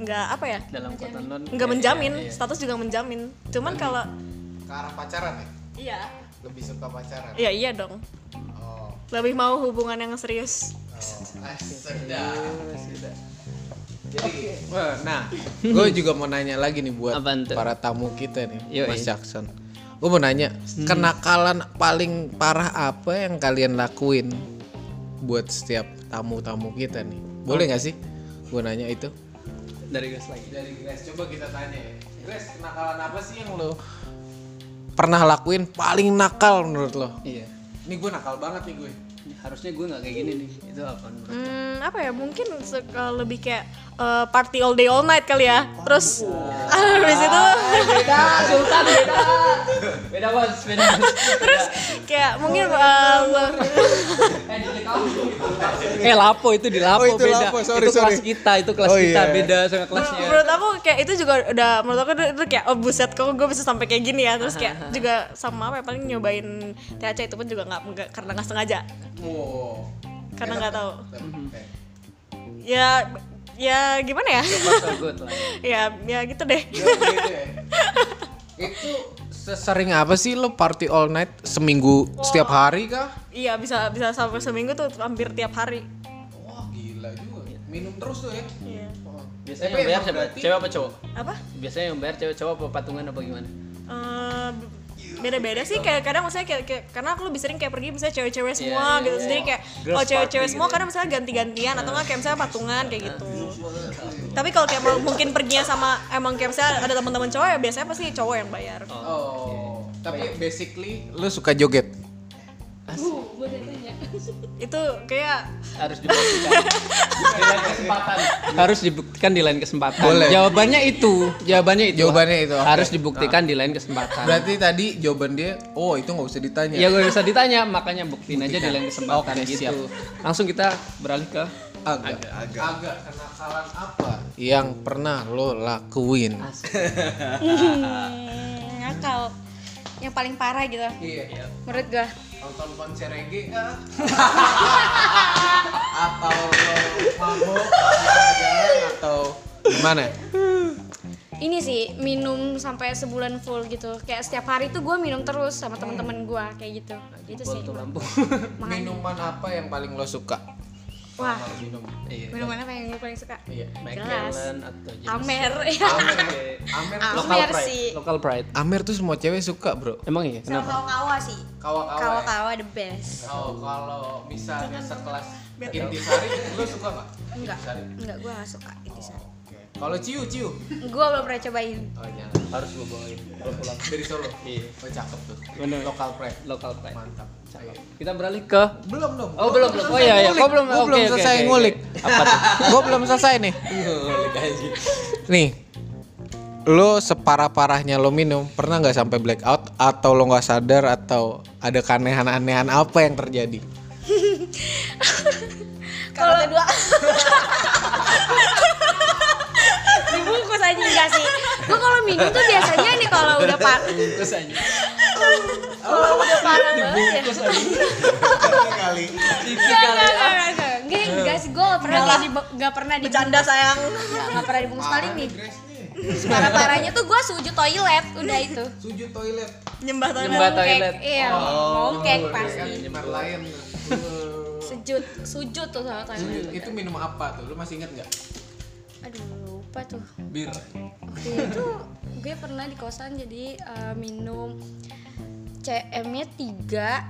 Speaker 4: nggak apa ya,
Speaker 1: Dalam kata non Iya,
Speaker 4: nggak menjamin, status juga menjamin. Cuman kalau
Speaker 5: Ke arah pacaran ya?
Speaker 4: iya,
Speaker 5: Lebih suka pacaran.
Speaker 1: Eh.
Speaker 4: iya iya dong.
Speaker 5: Oh.
Speaker 4: Lebih mau hubungan yang serius.
Speaker 5: Ah, sudah. Jadi, eh, nah, gue juga mau nanya lagi nih buat
Speaker 1: Apaan tuh?
Speaker 5: para tamu kita nih,
Speaker 1: Yoi. Hmm.
Speaker 5: Mas Jackson. Gue mau nanya, kenakalan paling parah apa yang kalian lakuin buat setiap tamu-tamu kita nih? Boleh nggak sih? Gue nanya itu.
Speaker 1: dari Grace lagi.
Speaker 5: Dari Grace, coba kita tanya ya. Grace, kenakalan apa sih yang lo pernah lakuin paling nakal menurut lo?
Speaker 1: Iya.
Speaker 5: Ini gue nakal banget nih gue.
Speaker 1: Harusnya gue nggak kayak gini nih. Itu apa?
Speaker 4: Hmm, apa ya mungkin se- uh, lebih kayak uh, party all day all night kali ya. Terus *laughs* habis itu
Speaker 1: Beda,
Speaker 4: Ah,
Speaker 1: Sultan beda. Beda bos, beda.
Speaker 4: terus kayak mungkin uh,
Speaker 1: *laughs* Eh lapo itu di lapo
Speaker 5: Oh, itu
Speaker 1: beda.
Speaker 5: lapo, sorry,
Speaker 1: itu kelas
Speaker 5: sorry.
Speaker 1: kita, itu kelas
Speaker 5: Oh,
Speaker 1: kita
Speaker 5: iya.
Speaker 1: beda sama kelasnya.
Speaker 4: menurut aku kayak itu juga udah menurut aku itu kayak oh buset kok gue bisa sampai kayak gini ya terus kayak juga sama apa ya, paling nyobain THC itu pun juga nggak nggak- karena nggak sengaja
Speaker 5: Oh.
Speaker 4: karena nggak tahu
Speaker 1: Hmm.
Speaker 4: ya ya gimana ya
Speaker 1: Not so good lah.
Speaker 4: *laughs* ya ya gitu deh
Speaker 5: itu sesering apa sih lo party all night seminggu setiap hari kah?
Speaker 4: *laughs* iya bisa bisa sampai seminggu tuh hampir tiap hari
Speaker 5: Wah gila juga. Minum terus tuh ya.
Speaker 4: Iya.
Speaker 1: Biasanya yang bayar siapa? Cewek apa cowok?
Speaker 4: apa
Speaker 1: Biasanya yang bayar cewek cowok apa patungan apa gimana?
Speaker 4: Eh, beda-beda sih kayak kadang maksudnya kayak, kayak- karena aku lebih sering kayak pergi misalnya cewek-cewek semua
Speaker 1: iya,
Speaker 4: gitu
Speaker 1: iya.
Speaker 4: jadi kayak
Speaker 1: Girls
Speaker 4: kalau cewek-cewek
Speaker 1: party
Speaker 4: semua
Speaker 1: gitu
Speaker 4: kadang misalnya ganti-gantian atau nggak kayak misalnya patungan kayak gitu tapi kalau kayak mau- mungkin perginya sama emang kayak misalnya ada teman-teman cowok ya biasanya pasti cowok yang bayar
Speaker 5: Oh. Tapi basically lo suka joget.
Speaker 4: itu kayak
Speaker 1: Harus dibuktikan. di lain kesempatan. Harus dibuktikan di lain kesempatan.
Speaker 5: Boleh.
Speaker 1: Jawabannya itu, jawabannya itu.
Speaker 5: Jawabannya itu, oke.
Speaker 1: Harus dibuktikan di lain kesempatan.
Speaker 5: Berarti tadi jawaban dia, oh itu nggak usah ditanya.
Speaker 1: Ya gue bisa ditanya, makanya buktiin aja di lain kesempatan
Speaker 5: Oke,
Speaker 1: gitu.
Speaker 5: siap.
Speaker 1: Langsung kita beralih ke
Speaker 5: Agak. Agak. Kenakalan apa yang pernah lo lakuin?
Speaker 6: Ngakal. Yang paling parah gitu.
Speaker 5: Iya.
Speaker 6: Menurut gua.
Speaker 5: Nonton konser reggae ah. *laughs* atau lo mabuk jalan atau gimana?
Speaker 6: Ini sih minum sampai sebulan full gitu. Kayak setiap hari tuh gua minum terus sama teman-teman gua kayak gitu. Gitu sih. Makanya.
Speaker 5: Minuman apa yang paling lo suka?
Speaker 6: Wah,
Speaker 1: minum iya
Speaker 6: minuman apa yang gue paling suka?
Speaker 1: iya
Speaker 6: Jelas.
Speaker 1: Macallan atau
Speaker 6: Amer.
Speaker 5: Amer.
Speaker 6: *laughs* Amer sih.
Speaker 1: local pride
Speaker 5: Amer tuh semua cewek suka bro.
Speaker 1: emang iya
Speaker 6: Sama
Speaker 1: kenapa
Speaker 6: kawa-kawa sih.
Speaker 5: Kawa-kawa. ya?
Speaker 6: Kawa-kawa the best.
Speaker 5: Oh, kalau misalnya sekelas Intisari, lo suka nggak?
Speaker 6: Enggak. Enggak, gue gak suka itu sih.
Speaker 5: Oke. Kalau Ciu, Ciu.
Speaker 6: Gue belum pernah cobain.
Speaker 5: Oh, nyala.
Speaker 1: harus gue bawain kalau pulang
Speaker 5: Dari Solo.
Speaker 1: Iya.
Speaker 5: Oh, cakep tuh.
Speaker 1: Bener.
Speaker 5: Lokal pride.
Speaker 1: local pride
Speaker 5: Mantap.
Speaker 1: Cakep. kita beralih ke
Speaker 5: Belum dong.
Speaker 1: oh belum belum oh iya iya kok belum
Speaker 5: Gua
Speaker 1: Oke,
Speaker 5: belum
Speaker 1: oke,
Speaker 5: selesai
Speaker 1: oke, oke.
Speaker 5: ngulik.
Speaker 1: apa tuh
Speaker 5: Gue belum selesai nih.
Speaker 1: ngulik aja
Speaker 5: Nih. Lo separah-parahnya lo minum, pernah nggak sampai blackout atau lo nggak sadar atau ada keanehan-anehan apa yang terjadi?
Speaker 6: Kalau kedua dibungkus aja enggak sih gue kalau minum tuh biasanya nih kalau udah par
Speaker 1: terus aja Oh.
Speaker 6: kalau udah parah banget ya enggak enggak enggak enggak enggak enggak sih gue nggak pernah kayak di nggak pernah di bercanda Ah, sayang nggak pernah dibungkus paling nih parah parahnya tuh gue sujud toilet udah itu
Speaker 5: Sujud toilet,
Speaker 4: Nyembah tau
Speaker 1: nyembah toilet
Speaker 6: iya ngongkek pasti
Speaker 5: nyemar lain.
Speaker 6: sujud sujud tuh sama toilet
Speaker 5: Itu minum apa tuh? Lo masih inget nggak?
Speaker 6: aduh lupa tuh
Speaker 5: Bir.
Speaker 6: waktu itu gue pernah di kosan jadi eh, minum CM-nya tiga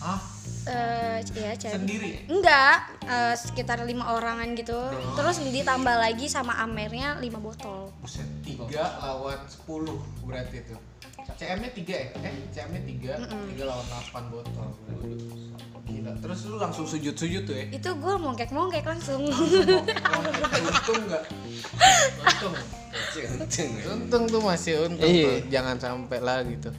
Speaker 5: Hah?
Speaker 6: eh ya CM
Speaker 5: Ah, Sendiri?
Speaker 6: enggak eh, sekitar lima orangan gitu terus ditambah lagi sama Amernya lima botol
Speaker 5: Buset, 3 lawan 10 berarti itu. CM-nya 3 ya? Eh, CM-nya 3, 3 lawan 8 botol. Gila. Terus lu langsung sujud-sujud tuh ya?
Speaker 6: itu gue mongkek mongkek langsung
Speaker 5: Untung enggak? Untung. Untung tuh masih untung
Speaker 1: Iya.
Speaker 5: tuh. Jangan sampai lah gitu.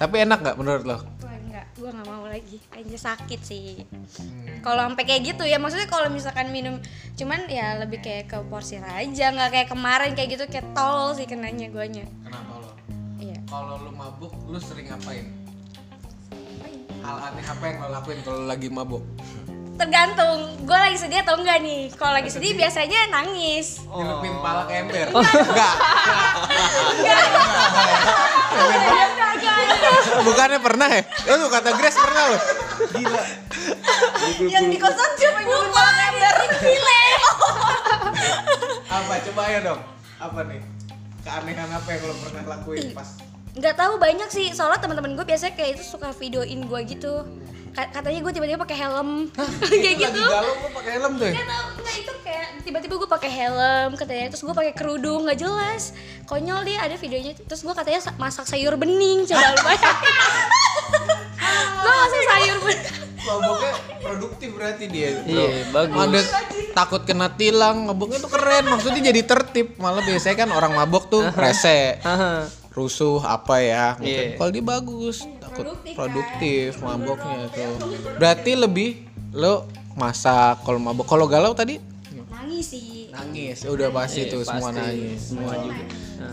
Speaker 5: tapi enak nggak menurut lo?
Speaker 6: Wah, enggak gue nggak mau lagi aja sakit sih kalau sampai kayak gitu ya maksudnya kalau misalkan minum cuman ya lebih kayak ke porsir aja nggak kayak kemarin kayak gitu kayak tol sih kenanya guanya
Speaker 5: Kenapa lo?
Speaker 6: iya
Speaker 5: Kalau lu mabuk, lu sering ngapain? Hal aneh apa yang lo lakuin kalau lu lagi mabuk?
Speaker 6: tergantung gue lagi sedih atau enggak nih kalau lagi sedih biasanya nangis
Speaker 5: Nyelupin pala ke ember? Enggak. *laughs*
Speaker 4: Iya,
Speaker 5: Bukannya pernah ya? Lu kata Grace pernah loh. Gila.
Speaker 4: Yang di kosan siapa yang nyuruh malam ember?
Speaker 5: Apa coba ya dong? Apa nih? Keanehan apa yang lo pernah lakuin pas
Speaker 6: nggak tahu banyak sih soalnya teman-teman gue biasanya kayak itu suka videoin gue gitu Ka- katanya gue tiba-tiba pakai helm *laughs* kayak
Speaker 5: lagi
Speaker 6: gitu
Speaker 5: galau lo pakai helm tuh? ya?
Speaker 6: nggak tahu nggak itu kayak tiba-tiba gue pakai helm katanya terus gue pakai kerudung nggak jelas konyol dia ada videonya terus gue katanya sa- masak sayur bening coba *laughs* lu bayangin gue masak sayur bening
Speaker 5: Mabuknya produktif berarti dia.
Speaker 1: iya bagus
Speaker 5: Ada takut kena tilang, mabuknya tuh keren. Maksudnya jadi tertib. Malah biasanya kan orang mabuk tuh rese,
Speaker 1: Haha.
Speaker 5: rusuh apa ya. mungkin.
Speaker 1: Iya.
Speaker 5: Kalau dia bagus, takut produktif mabuknya tuh. Berarti lebih lo masak kalau mabuk. Kalau galau tadi
Speaker 6: nangis sih
Speaker 5: nangis, udah pasti
Speaker 1: Iya,
Speaker 5: tuh semua
Speaker 1: pasti.
Speaker 5: nangis.
Speaker 1: semua juga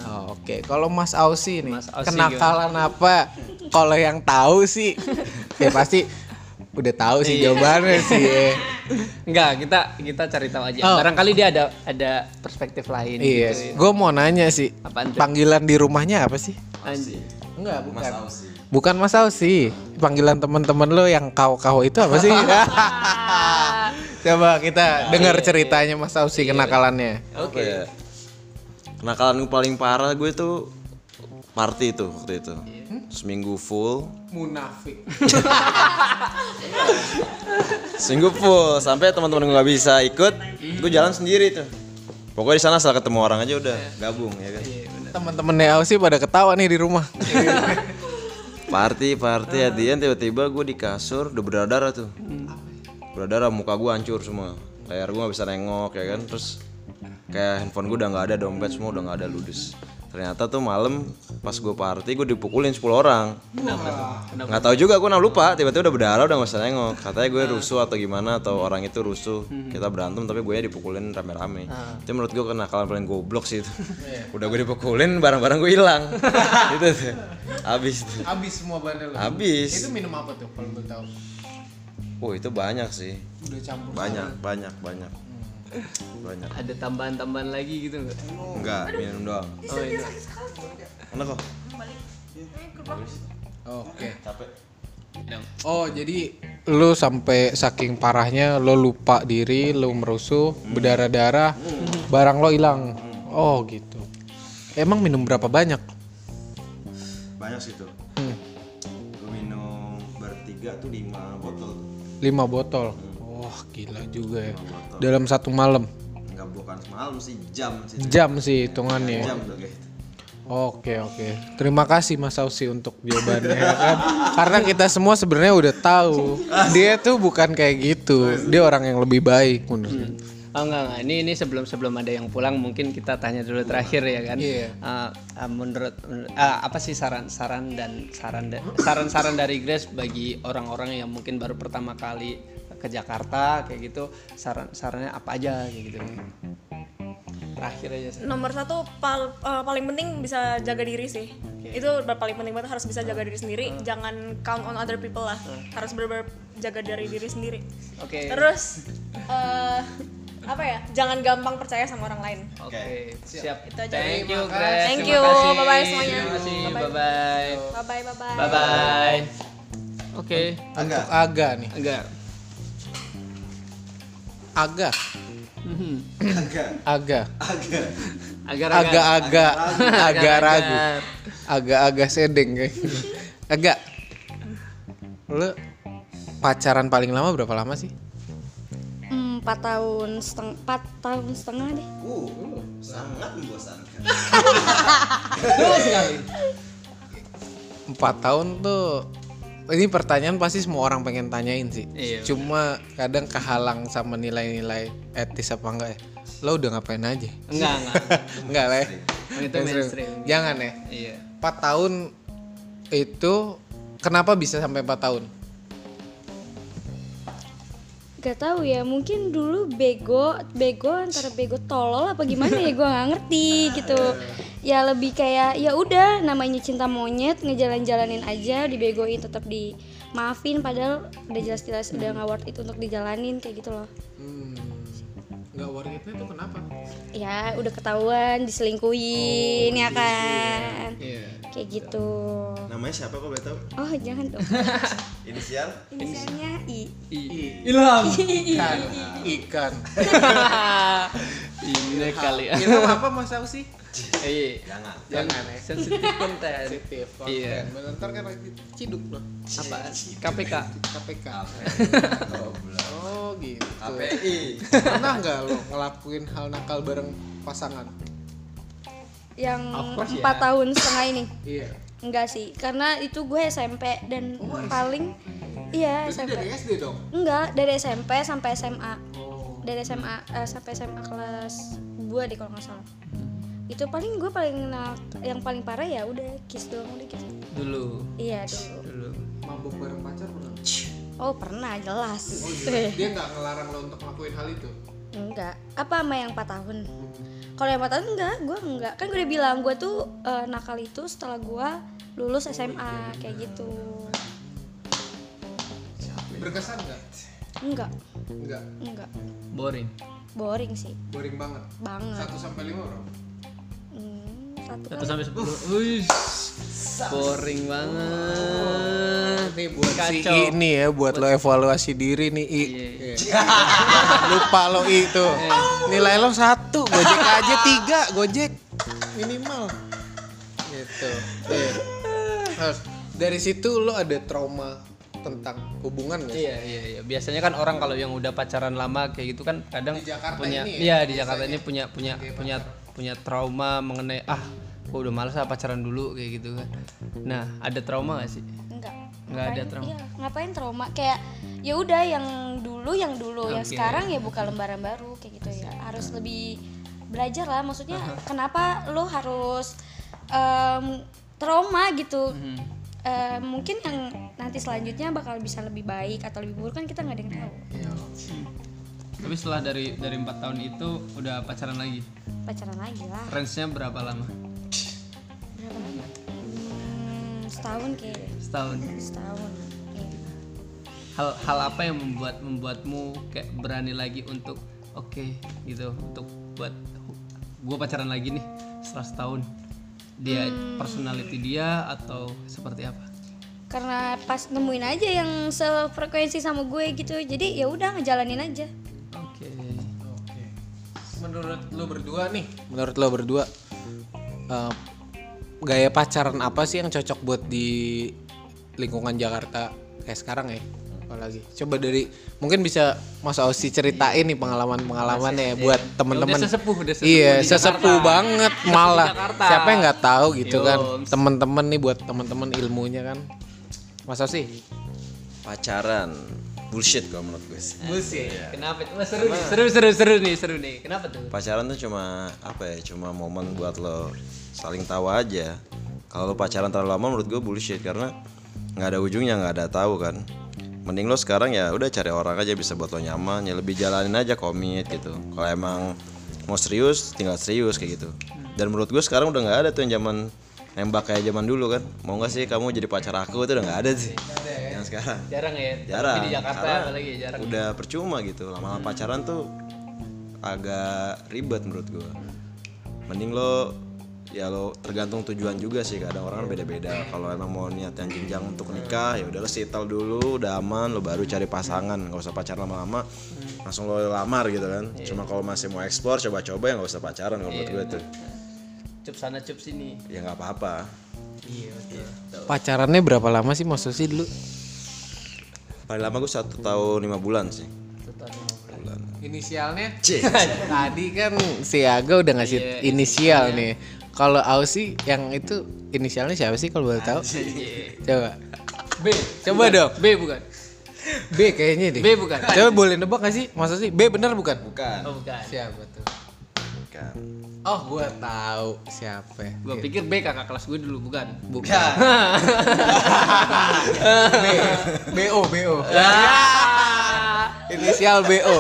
Speaker 5: Oh, Oke, kalau Mas Ausi nih,
Speaker 1: Mas Ausi
Speaker 5: kenakalan apa? Kalau yang tahu sih, ya pasti udah tahu sih
Speaker 1: Iya.
Speaker 5: jawabannya sih. ya.
Speaker 1: Enggak, kita kita cari tahu aja.
Speaker 5: Oh.
Speaker 1: Barangkali dia ada ada perspektif lain
Speaker 5: Iya,
Speaker 1: gitu.
Speaker 5: gue mau nanya sih,
Speaker 1: Apaan tuh?
Speaker 5: panggilan di rumahnya apa sih?
Speaker 1: Anjir.
Speaker 5: Enggak,
Speaker 3: Mas Ausi.
Speaker 5: Bukan Mas Ausi, panggilan teman-teman lo yang kau-kau itu apa sih? *laughs* Coba kita dengar ceritanya Mas Ausi kenakalannya.
Speaker 3: Oke. ya? Kenakalan gue paling parah gue tuh party itu waktu itu. Seminggu full,
Speaker 5: Munafik.
Speaker 3: seminggu full sampai teman-teman gue nggak bisa ikut, gue jalan sendiri tuh. Pokoknya di sana asal ketemu orang aja udah gabung ya kan.
Speaker 5: Teman-temannya Ausi pada ketawa nih di rumah.
Speaker 3: Party, party, at the end tiba-tiba gue di kasur udah berdarah tuh. Berdarah muka gue hancur semua. Layar gue gak bisa nengok ya kan. Terus kayak handphone gue udah nggak ada, dompet semua udah nggak ada ludes. Ternyata tuh malam pas gue party gue dipukulin 10 orang. Nggak tahu juga gue nah lupa tiba-tiba udah berdarah udah nggak usah nengok. Katanya gue rusuh atau gimana atau orang itu rusuh. Kita berantem tapi gue dipukulin rame-rame. Itu menurut gue kenakalan paling goblok sih itu. udah gue dipukulin barang-barang gue hilang. itu tuh. Abis tuh.
Speaker 5: Habis semua bahannya lu.
Speaker 3: Abis.
Speaker 5: Itu minum apa tuh kalau boleh tahu?
Speaker 3: Wah itu banyak sih.
Speaker 5: Udah campur.
Speaker 3: Banyak, banyak, banyak. Banyak.
Speaker 1: Ada tambahan-tambahan lagi gitu nggak?
Speaker 3: Enggak, minum doang.
Speaker 1: Oh iya.
Speaker 3: Enak kok.
Speaker 5: Oke.
Speaker 3: Capek.
Speaker 5: Oh, jadi lu sampai saking parahnya lo lupa diri, lo merusuh,
Speaker 3: Hmm.
Speaker 5: berdarah-darah, barang lo hilang. Oh, gitu. Emang minum berapa banyak?
Speaker 3: Banyak sih tuh. Gue minum bertiga tuh lima botol.
Speaker 5: 5 botol.
Speaker 3: Hmm.
Speaker 5: Wah, gila juga ya. Dalam satu malam.
Speaker 3: Enggak bukan semalam sih jam sih.
Speaker 5: Jam sih hitungannya.
Speaker 3: Jam tuh kayak gitu.
Speaker 5: Oke oke, terima kasih Mas Ausi untuk jawabannya ya kan?
Speaker 3: *laughs*
Speaker 5: Karena kita semua sebenarnya udah tahu dia tuh bukan kayak gitu, dia orang yang lebih baik
Speaker 3: Hmm.
Speaker 5: menurut.
Speaker 1: Oh enggak, enggak. Ini ini sebelum sebelum ada yang pulang mungkin kita tanya dulu terakhir ya kan.
Speaker 5: Iya.
Speaker 1: Eh, eh, menurut menurut- eh, apa sih saran-saran dan saran da- saran-saran dari Grace bagi orang-orang yang mungkin baru pertama kali ke Jakarta kayak gitu saran-sarannya apa aja kayak gitu. Terakhir aja. Sar.
Speaker 4: Nomor satu pal- eh, paling penting bisa jaga diri sih. Itu ber- paling penting banget harus bisa jaga diri sendiri. Jangan count on other people lah. Harus benar jaga dari diri sendiri.
Speaker 1: Oke.
Speaker 4: Terus eh, apa ya? Jangan gampang percaya sama orang lain.
Speaker 1: Oke, siap.
Speaker 4: Itu aja.
Speaker 1: Thank you Grace.
Speaker 4: Thank
Speaker 1: Terima
Speaker 4: you.
Speaker 1: kasih.
Speaker 4: Bye-bye semuanya.
Speaker 1: Terima kasih.
Speaker 4: Bye-bye.
Speaker 1: Bye-bye.
Speaker 4: Bye bye bye bye.
Speaker 1: Bye-bye. Oke.
Speaker 5: Untuk Aga nih,
Speaker 1: Enggak.
Speaker 5: Aga, Aga,
Speaker 1: Agar-agar.
Speaker 5: Aga-aga, Aga ragu,
Speaker 1: Agar-agar.
Speaker 5: Aga-aga sedeng kayak. gitu. Aga, lo pacaran paling lama berapa lama sih?
Speaker 6: Hmm, 4 tahun setengah 4 tahun setengah deh
Speaker 3: Uh, sangat membosankan.
Speaker 5: Empat tahun tuh ini pertanyaan pasti semua orang pengen tanyain sih.
Speaker 1: Iya.
Speaker 5: Cuma kadang kehalang sama nilai-nilai etis apa enggak ya. Lo udah ngapain
Speaker 1: *laughs*
Speaker 5: aja?
Speaker 1: Enggak, enggak.
Speaker 5: enggak lah. ya.
Speaker 1: Itu mainstream.
Speaker 5: Jangan ya.
Speaker 1: Iya.
Speaker 5: 4 tahun itu kenapa bisa sampai 4 tahun?
Speaker 6: Gak tahu ya, mungkin dulu bego, bego antara bego tolol apa gimana ya gua nggak ngerti gitu. Ya lebih kayak ya udah namanya cinta monyet ngejalan-jalanin aja, dibegoin tetap dimaafin padahal udah jelas-jelas udah nggak worth it untuk dijalanin kayak gitu loh.
Speaker 5: Hmm. Enggak worth it itu kenapa?
Speaker 6: Ya udah ketahuan diselingkuhin ya kan,
Speaker 1: Iya.
Speaker 6: kayak gitu.
Speaker 3: Namanya siapa kok boleh tahu?
Speaker 6: Oh jangan dong,
Speaker 3: Inisial?
Speaker 6: inisialnya I.
Speaker 1: Ilham. *laughs*
Speaker 5: Ikan. Ikan.
Speaker 1: Ini kali. ya. *laughs*
Speaker 5: Ilham apa Mas Ausi?
Speaker 1: Iya.
Speaker 3: Jangan.
Speaker 1: Jangan ya. Sensitif *laughs* konten.
Speaker 5: Oh,
Speaker 1: Iya.
Speaker 5: Bentar kan lagi ciduk loh.
Speaker 1: Apa? KPK.
Speaker 5: KPK.
Speaker 3: Goblok.
Speaker 5: Oh gitu.
Speaker 3: KPI.
Speaker 5: Pernah nggak lo ngelakuin hal nakal bareng pasangan?
Speaker 6: Yang
Speaker 1: Of course, ya.
Speaker 6: empat tahun setengah ini.
Speaker 5: Iya.
Speaker 6: Enggak sih, karena itu gue SMP dan paling iya SMP.
Speaker 5: Dari ya? SD dong.
Speaker 6: Enggak, dari SMP sampai SMA. Dari SMA eh, sampai SMA kelas 2 deh kalau nggak salah. Itu paling gue paling nak- yang paling parah ya udah kiss doang udah kiss.
Speaker 1: Dulu.
Speaker 6: Iya dulu.
Speaker 1: Dulu.
Speaker 5: Mabuk bareng pacar pernah? Oh,
Speaker 6: Oh, pernah jelas.
Speaker 5: Dia nggak ngelarang lo untuk ngelakuin hal itu.
Speaker 6: enggak. Apa sama yang 4 tahun? Kalau yang 4 tahun enggak, gue enggak. Kan gue udah bilang gue tuh eh, nakal itu setelah gue lulus SMA kayak gitu.
Speaker 5: Berkesan nggak?
Speaker 6: Enggak,
Speaker 5: Nggak.
Speaker 6: enggak.
Speaker 1: Boring.
Speaker 6: Boring sih
Speaker 5: Boring banget.
Speaker 6: banget.
Speaker 5: 1 sampai 5 orang.
Speaker 6: Hmm, satu
Speaker 1: Satu
Speaker 6: kali.
Speaker 1: sampai sepuluh. Wih. Boring banget.
Speaker 5: Nih buat si
Speaker 1: Kacau.
Speaker 5: I nih ya buat lo evaluasi diri nih I. Iya. Lupa lo I tuh. Nilai lo satu, Gojek aja tiga, Gojek minimal. Gitu. Iya. Terus, dari situ lo ada trauma tentang hubungan gak? sih?
Speaker 1: Iya, iya, iya. Biasanya kan orang kalau yang udah pacaran lama kayak gitu kan kadang
Speaker 5: Di Jakarta
Speaker 1: punya
Speaker 5: ini ya,
Speaker 1: iya di Jakarta ini punya punya punya punya trauma mengenai ah gua udah males ah pacaran dulu kayak gitu kan. Nah, ada trauma gak sih?
Speaker 6: Enggak.
Speaker 1: Enggak ada
Speaker 6: Ngapain-
Speaker 1: trauma.
Speaker 6: Iya, ngapain trauma? Kayak ya udah yang dulu yang dulu, yang
Speaker 1: Oke.
Speaker 6: sekarang ya buka lembaran baru kayak gitu ya. Harus lebih belajar lah maksudnya kenapa lo harus em, trauma gitu
Speaker 1: Mhm.
Speaker 6: Eh, mungkin yang nanti selanjutnya bakal bisa lebih baik atau lebih buruk kan kita nggak ada yang tahu
Speaker 1: Tapi setelah dari dari empat tahun itu udah pacaran lagi.
Speaker 6: pacaran lagi lah
Speaker 1: Range-nya berapa lama?
Speaker 6: berapa lama hmm, setahun kayaknya
Speaker 1: Setahun.
Speaker 6: setahun Iya.
Speaker 1: Hal hal apa yang membuat membuatmu kayak berani lagi untuk oke gitu untuk buat gue pacaran lagi nih setelah setahun. Dia personality dia atau seperti apa?
Speaker 6: karena pas nemuin aja yang sefrekuensi sama gue gitu jadi ya udah ngejalanin aja
Speaker 1: Oke.
Speaker 8: Menurut lo berdua nih,
Speaker 5: Menurut lo berdua eh, gaya pacaran apa sih yang cocok buat di lingkungan Jakarta kayak sekarang ya? Apalagi coba dari mungkin bisa Mas Osi ceritain nih pengalaman-pengalaman ya buat temen-temen.
Speaker 1: Udah sesepuh, udah sesepuh
Speaker 5: Iya,
Speaker 1: di
Speaker 5: sesepuh
Speaker 1: Jakarta.
Speaker 5: banget malah.
Speaker 1: Jakarta. Iya,
Speaker 5: Siapa yang nggak tahu gitu
Speaker 1: Yo.
Speaker 5: kan? Temen-temen nih buat temen-temen ilmunya kan. Mas Osi.
Speaker 3: Pacaran bullshit kalau menurut gue sih.
Speaker 1: ya? Kenapa? Wah, seru, nih, seru seru seru nih seru nih. Kenapa tuh?
Speaker 3: Pacaran tuh cuma apa ya? Cuma momen buat lo saling tawa aja. Kalau lo pacaran terlalu lama menurut gue bullshit karena nggak ada ujungnya, nggak ada tahu kan. Mending lo sekarang ya udah cari orang aja bisa buat lo nyaman, ya lebih jalanin aja komit gitu. Kalau emang mau serius, tinggal serius kayak gitu. Dan menurut gue sekarang udah nggak ada tuh yang zaman nembak kayak zaman dulu kan. Mau nggak sih kamu jadi pacar aku itu udah nggak ada sih. Yang sekarang.
Speaker 1: Jarang ya.
Speaker 3: jarang
Speaker 1: Tapi di Jakarta
Speaker 3: karena
Speaker 1: apalagi ya, jarang.
Speaker 3: udah percuma gitu lama-lama pacaran tuh agak ribet menurut gua mending lo ya lo tergantung tujuan juga sih kadang orang kan beda-beda kalau emang mau niat yang jenjang untuk nikah ya udah lo settle dulu udah aman lo baru cari pasangan nggak usah pacaran lama-lama langsung lo lamar gitu kan cuma kalau masih mau eksplor coba-coba ya nggak usah pacaran kalau menurut gue tuh
Speaker 1: Cup sana cup sini.
Speaker 3: ya nggak apa-apa
Speaker 1: Iya betul.
Speaker 5: Pacarannya berapa lama sih Mas Osi dulu?
Speaker 3: paling lama gue satu tahun lima bulan sih
Speaker 5: Inisialnya
Speaker 3: Cie.
Speaker 5: Tadi kan si Aga udah
Speaker 1: Iya,
Speaker 5: ngasih inisial nih. Kalau Ausi yang itu inisialnya siapa sih kalau boleh tahu?
Speaker 1: Iya.
Speaker 5: Coba.
Speaker 1: B.
Speaker 5: Coba dong.
Speaker 1: B bukan.
Speaker 5: B kayaknya deh.
Speaker 1: B bukan.
Speaker 5: Coba boleh nebak gak sih? Masa sih B bener bukan?
Speaker 3: bukan
Speaker 1: Oh bukan.
Speaker 5: Siapa tuh?
Speaker 3: bukan
Speaker 5: Oh, gua tahu siapa. Gitu.
Speaker 1: Gua pikir B kakak kelas gue dulu bukan.
Speaker 5: Bukan. B. BO BO.
Speaker 1: Ah!
Speaker 5: Inisial BO.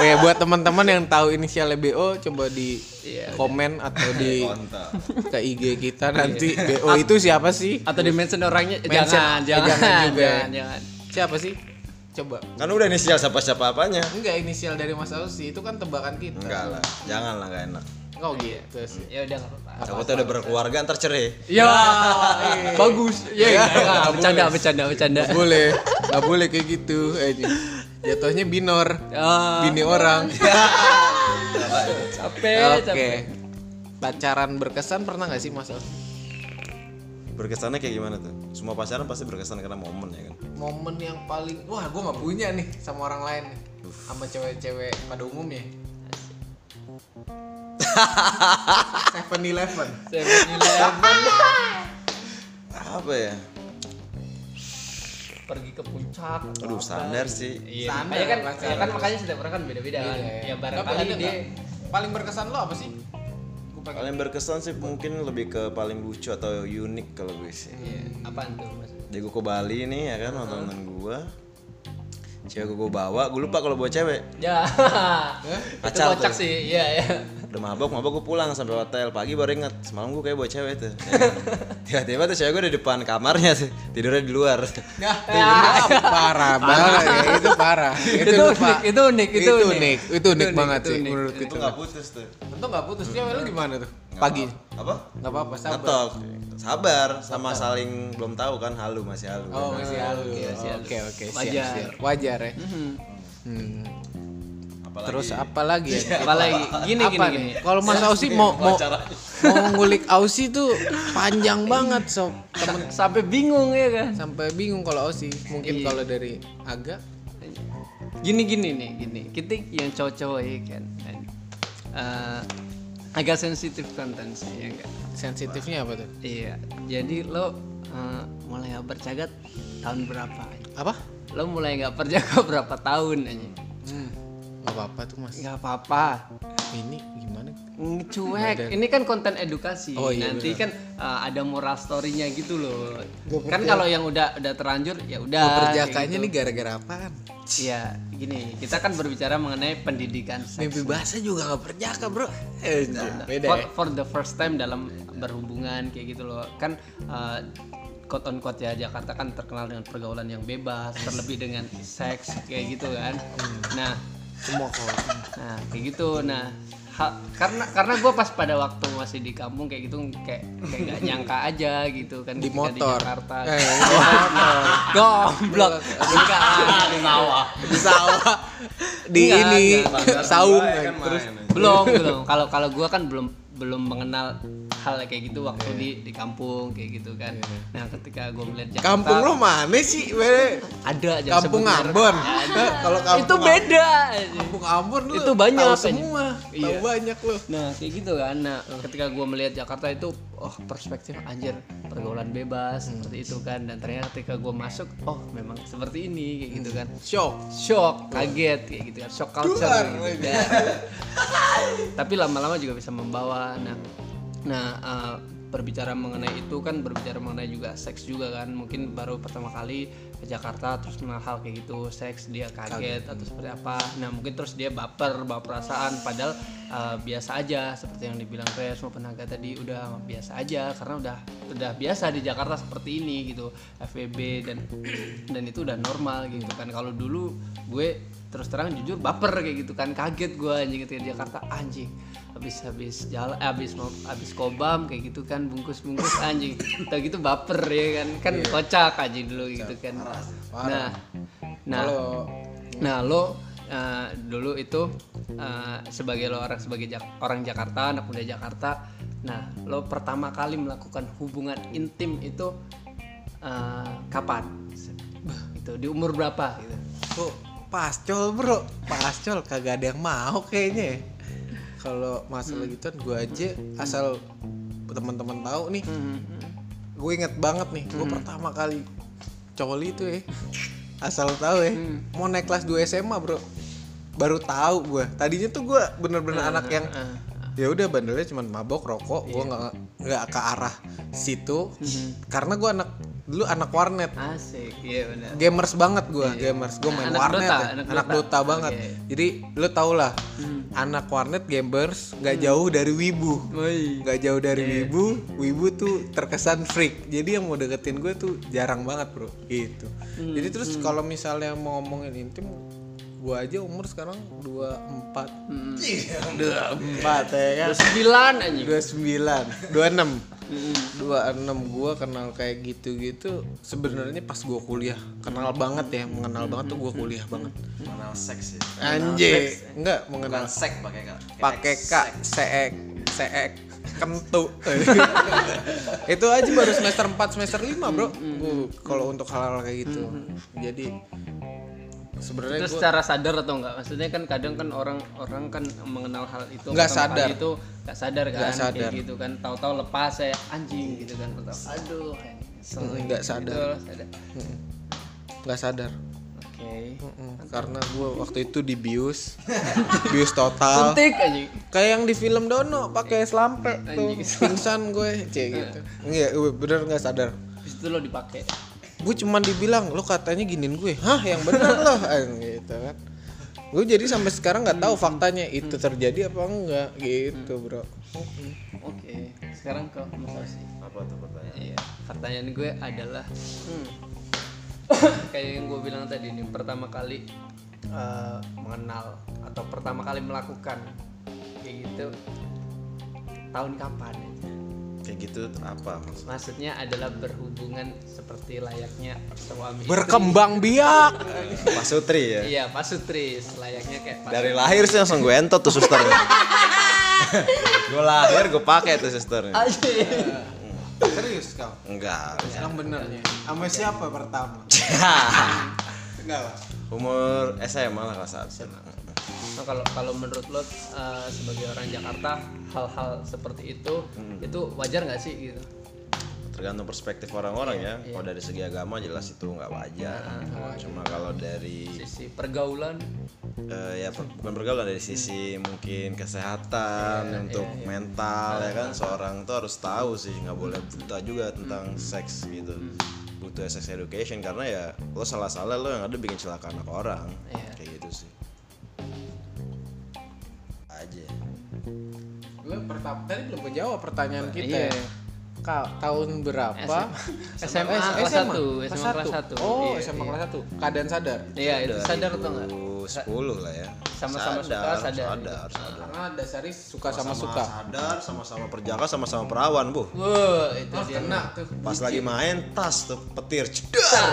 Speaker 5: Oh ya buat teman-teman yang tahu inisialnya BO coba di
Speaker 1: Iya,
Speaker 5: komen atau di
Speaker 3: Kontol.
Speaker 5: ke IG kita nanti BO itu siapa sih?
Speaker 1: Atau di mention orangnya
Speaker 5: Mention.
Speaker 1: jangan,
Speaker 5: Eh,
Speaker 1: jangan,
Speaker 5: jangan
Speaker 1: *laughs*
Speaker 5: juga.
Speaker 1: jangan, jangan.
Speaker 5: Siapa sih? Coba.
Speaker 3: kan udah inisial siapa-siapa apanya
Speaker 5: Enggak inisial dari Mas Ausi itu kan tebakan kita.
Speaker 3: Enggak lah, jangan lah enggak enak.
Speaker 5: Kau gitu sih.
Speaker 1: Ya udah enggak apa-apa.
Speaker 3: Takutnya udah berkeluarga ntar cerai.
Speaker 1: Ya, bagus. Ya,
Speaker 5: Ya,
Speaker 1: enggak, enggak,
Speaker 5: boleh.
Speaker 1: bercanda, bercanda, bercanda.
Speaker 5: Nggak boleh. Enggak boleh kayak gitu. Eh, jatuhnya binor.
Speaker 1: Ah,
Speaker 5: Bini orang.
Speaker 1: capek,
Speaker 5: Oke.
Speaker 1: capek.
Speaker 5: Pacaran berkesan pernah nggak sih Mas Ausi?
Speaker 3: Berkesannya kayak gimana tuh? Semua pacaran pasti berkesan karena momen ya kan.
Speaker 5: Momen yang paling wah gue nggak punya nih sama orang lain nih. sama cewek-cewek pada *laughs* umumnya. Seven Eleven.
Speaker 1: Saya mau nilai
Speaker 3: Apa ya?
Speaker 1: pergi ke puncak.
Speaker 3: Aduh standar sih.
Speaker 1: Iya,
Speaker 5: Standar,
Speaker 1: makanya kan,
Speaker 5: pacaran.
Speaker 1: ya kan makanya setiap orang kan beda-beda kan. Ya barangkali dia
Speaker 5: paling berkesan lo apa sih?
Speaker 3: Paling berkesan sih mungkin lebih ke paling lucu atau unik kalau gue sih.
Speaker 1: Iya, apaan tuh, Mas?
Speaker 3: Dia gue ke Bali nih ya kan nonton gua. Cewek gue bawa, gue lupa kalau bawa cewek.
Speaker 1: Ya. *laughs* Itu
Speaker 3: Pacar
Speaker 1: kocak
Speaker 3: tuh.
Speaker 1: sih. Iya, ya.
Speaker 3: Udah mabok, mabok gue pulang sampai hotel pagi baru inget semalam gue kayak bawa cewek tuh. Ya kan? *laughs* Tiba-tiba tuh cewek gue di depan kamarnya tuh tidurnya di luar.
Speaker 5: parah banget ya, itu
Speaker 1: *laughs*
Speaker 5: parah. Itu,
Speaker 1: Itu
Speaker 5: lupa.
Speaker 1: unik, itu unik, itu unik.
Speaker 5: Itu unik, banget
Speaker 1: itu
Speaker 5: sih
Speaker 1: unik,
Speaker 5: menurut
Speaker 3: Itu
Speaker 5: kita.
Speaker 3: nggak putus tuh.
Speaker 5: Untung nggak putus cewek lu gimana tuh? Pagi.
Speaker 3: Apa?
Speaker 5: Nggak apa-apa, sabar.
Speaker 3: Ngetok. Sabar sama saling belum tahu kan halu masih halu.
Speaker 5: Oh, masih halus.
Speaker 1: masih halus.
Speaker 5: Oke, oke, siap,
Speaker 1: Wajar.
Speaker 5: siap. Wajar ya.
Speaker 1: Mm-hmm.
Speaker 5: Hmm.
Speaker 3: Apalagi
Speaker 5: Terus apa lagi ya?
Speaker 1: *laughs* Apalagi gini gini
Speaker 5: apa nih?
Speaker 1: gini.
Speaker 5: Kalau Mas Ausi mau mau mau ngulik Ausi tuh panjang banget sob. Temen-
Speaker 1: Sampai bingung ya kan.
Speaker 5: sampai bingung kalau Ausi.
Speaker 1: Iya.
Speaker 5: Mungkin kalau dari Aga
Speaker 1: gini gini nih gini kita yang cowok-cowok ya kan dan, eh, agak sensitif konten sih ya kan
Speaker 5: sensitifnya apa tuh?
Speaker 1: iya jadi lo eh, mulai nggak berjagat tahun berapa
Speaker 5: Apa?
Speaker 1: lo mulai nggak berjaga *laughs* berapa tahun aja
Speaker 5: Gak apa-apa tuh Mas.
Speaker 1: nggak apa-apa
Speaker 5: Ini gimana?
Speaker 1: Mm, Cuek, ini kan konten edukasi. Nanti kan uh, ada moral story-nya gitu loh. Kan kalau yang udah udah terlanjur ya udah. kayak
Speaker 5: Perjakanya
Speaker 1: gitu.
Speaker 5: nih gara-gara apaan?
Speaker 1: Iya, gini. Kita kan berbicara mengenai pendidikan seks.
Speaker 5: Mimpi bahasa juga gak perjaka bro eh, nah, Beda
Speaker 1: for,
Speaker 5: ya
Speaker 1: for the first time dalam berhubungan kayak gitu loh kan uh, quote on quote ya Jakarta kan terkenal dengan pergaulan yang bebas terlebih dengan seks kayak gitu kan
Speaker 5: Hmm.
Speaker 1: nah nah kayak gitu nah ha- karena karena gue pas pada waktu masih di kampung kayak gitu kayak kayak gak nyangka aja gitu kan
Speaker 5: Di
Speaker 1: ketika
Speaker 5: motor.
Speaker 1: di Jakarta
Speaker 5: Eh,
Speaker 1: goblok enggak lah, di sawah
Speaker 5: Di sawah Di
Speaker 1: Enggak,
Speaker 5: ini
Speaker 1: enggak,
Speaker 5: Saung
Speaker 3: terus
Speaker 1: belum belum kalau kalau gua kan belum belum mengenal hal kayak gitu waktu di di kampung kayak gitu kan nah ketika gua melihat Jakarta
Speaker 5: Kampung lo mana sih? Weh?
Speaker 1: ada aja
Speaker 5: Kampung
Speaker 1: sebenarnya.
Speaker 5: Ambon Kalau kampung
Speaker 1: itu beda
Speaker 5: Kampung Ambon lu
Speaker 1: Itu banyak
Speaker 5: tahu
Speaker 1: aja.
Speaker 5: semua Tahu
Speaker 1: Iya.
Speaker 5: banyak lo
Speaker 1: nah kayak gitu kan nah ketika gua melihat Jakarta itu oh perspektif anjir pergaulan bebas seperti itu kan dan ternyata ketika gua masuk oh memang seperti ini kayak gitu kan
Speaker 5: Shock
Speaker 1: shock kaget kayak gitu kan shock culture
Speaker 5: Dular,
Speaker 1: gitu.
Speaker 5: weh.
Speaker 1: tapi lama-lama juga bisa membawa nah nah eh, berbicara mengenai itu kan berbicara mengenai juga seks juga kan mungkin baru pertama kali ke Jakarta terus mengenal hal kayak gitu seks dia kaget atau seperti apa nah mungkin terus dia baper bawa perasaan padahal eh, biasa aja seperti yang dibilang Reyes maupun Naga tadi udah biasa aja karena udah udah biasa di Jakarta seperti ini gitu FBB dan dan itu udah normal gitu kan kalau dulu gue terus terang jujur baper kayak gitu kan kaget gue anjing ketika di Jakarta anjing habis habis jalan eh, habis mau habis kobam kayak gitu kan bungkus bungkus anjing udah gitu baper ya kan kan kocak anjing dulu gitu kan nah nah nah lo eh, dulu itu eh, sebagai lo orang sebagai Jak- orang Jakarta anak muda Jakarta nah lo pertama kali melakukan hubungan intim itu eh, kapan itu di umur berapa gitu
Speaker 5: Kok pascol bro Pascol kagak ada yang mau kayaknya ya. Kalau masalah gituan gue aja asal teman-teman tahu nih Gue inget banget nih Gue pertama kali coli itu ya Asal tahu ya Mau naik kelas 2 SMA bro Baru tahu gue Tadinya tuh gue bener-bener anak yang ya udah bandelnya cuman mabok rokok gue nggak nggak ke arah situ karena gue anak dulu anak warnet
Speaker 1: Asik, iya benar.
Speaker 5: gamers banget gue gamers gue main
Speaker 1: Anak
Speaker 5: warnet
Speaker 1: Dota,
Speaker 5: ya.
Speaker 1: anak
Speaker 5: Iya, anak,
Speaker 1: Dota.
Speaker 5: Dota, Iya, Hmm. banget
Speaker 1: Oke.
Speaker 5: jadi lu tau lah anak warnet gamers nggak jauh dari wibu
Speaker 1: Woi.
Speaker 5: nggak jauh dari wibu wibu tuh terkesan freak jadi yang mau deketin gue tuh jarang banget bro gitu jadi terus kalau misalnya mau ngomongin intim gue aja umur sekarang 24 empat 24 Hmm. ya kan
Speaker 1: Sembilan anjing.
Speaker 5: 29 26 26 gua kenal kayak gitu-gitu sebenarnya pas gua kuliah kenal banget ya mengenal banget tuh gua kuliah banget
Speaker 3: kenal seks ya
Speaker 5: anjir enggak mengenal
Speaker 3: sek pakai kak
Speaker 5: Eh. pakai kak seek seek kentu itu aja baru semester 4 semester 5 bro Gua- kalau untuk hal-hal kayak gitu jadi sebenarnya
Speaker 1: Itu
Speaker 5: gua
Speaker 1: secara sadar atau enggak? Maksudnya kan kadang kan orang-orang kan mengenal hal itu
Speaker 5: Nggak
Speaker 1: pertama
Speaker 5: sadar.
Speaker 1: kali itu nggak sadar kan
Speaker 5: Nggak sadar.
Speaker 1: kayak gitu kan. Tahu-tahu lepas saya anjing gitu kan. Tahu-tahu, Aduh, nyesel
Speaker 5: Mm,
Speaker 1: gitu.
Speaker 5: nggak sadar.
Speaker 1: Gitu, sadar.
Speaker 5: nggak sadar
Speaker 1: Oke.
Speaker 5: Mm, karena gua waktu itu dibius bius total
Speaker 1: Suntik anjing.
Speaker 5: kayak yang di film Dono pakai selampe tuh pingsan gue cie gitu iya gue bener nggak sadar
Speaker 1: Habis itu lo dipakai.
Speaker 5: gue cuman dibilang lo katanya giniin gue hah yang bener *laughs* loh Eh, gitu kan gue jadi sampai sekarang nggak tahu faktanya itu terjadi apa enggak gitu bro
Speaker 1: Oke. Sekarang ke Mas Osi.
Speaker 3: apa tuh pertanyaan
Speaker 1: Iya, pertanyaan gue adalah hmm, kayak yang gue bilang tadi nih pertama kali eh, mengenal atau pertama kali melakukan kayak gitu tahun kapan?
Speaker 3: kayak gitu apa maksudnya
Speaker 1: Maksudnya adalah berhubungan seperti layaknya suami istri.
Speaker 5: berkembang biak
Speaker 3: Pak Sutri ya
Speaker 1: Iya, pasutri layaknya kayak pas-
Speaker 3: dari lahir sih langsung gue entot tuh
Speaker 5: *laughs*
Speaker 3: susternya gue lahir gue pakai tuh
Speaker 5: Ah.
Speaker 3: susternya
Speaker 1: Anjing.
Speaker 5: serius kau
Speaker 3: enggak
Speaker 5: yang benernya sama siapa pertama enggak lah
Speaker 3: umur SMA lah kelas
Speaker 5: Iya.
Speaker 3: satu
Speaker 1: *laughs* Nah, kalau kalau menurut lo eh, sebagai orang Jakarta hal-hal seperti itu itu wajar nggak sih gitu?
Speaker 3: tergantung perspektif orang-orang ya.
Speaker 5: Iya.
Speaker 3: Kalau dari segi agama jelas itu nggak wajar.
Speaker 5: Ah,
Speaker 3: Cuma kalau dari
Speaker 1: sisi pergaulan
Speaker 3: eh, ya per- bukan pergaulan dari sisi mungkin kesehatan
Speaker 1: Iya,
Speaker 3: untuk mental ya kan seorang tuh harus tahu sih nggak boleh buta juga tentang
Speaker 1: Hmm.
Speaker 3: seks gitu. Butuh sex education karena ya lo salah-salah lo yang ada bikin celaka anak orang.
Speaker 1: Iya.
Speaker 3: Kayak gitu sih. Aja.
Speaker 2: Lu pertama tadi belum menjawab pertanyaan kita.
Speaker 1: Iya.
Speaker 2: ya. Ka- tahun berapa?
Speaker 1: SMA,
Speaker 2: Eh,
Speaker 1: kelas
Speaker 2: SMA,
Speaker 1: 1 SMA kelas 1
Speaker 2: Oh, SMA kelas 1. Keadaan sadar.
Speaker 1: iya itu sadar atau enggak
Speaker 3: 2010 lah ya.
Speaker 1: Sama-sama suka, sadar. Ah,
Speaker 3: Sadar, sadar. Ah,
Speaker 2: Karena dasari suka sama suka.
Speaker 3: sadar sama-sama perjaka sama-sama perawan bu
Speaker 1: Wah, itu dia
Speaker 3: pas lagi main tas tuh petir cedar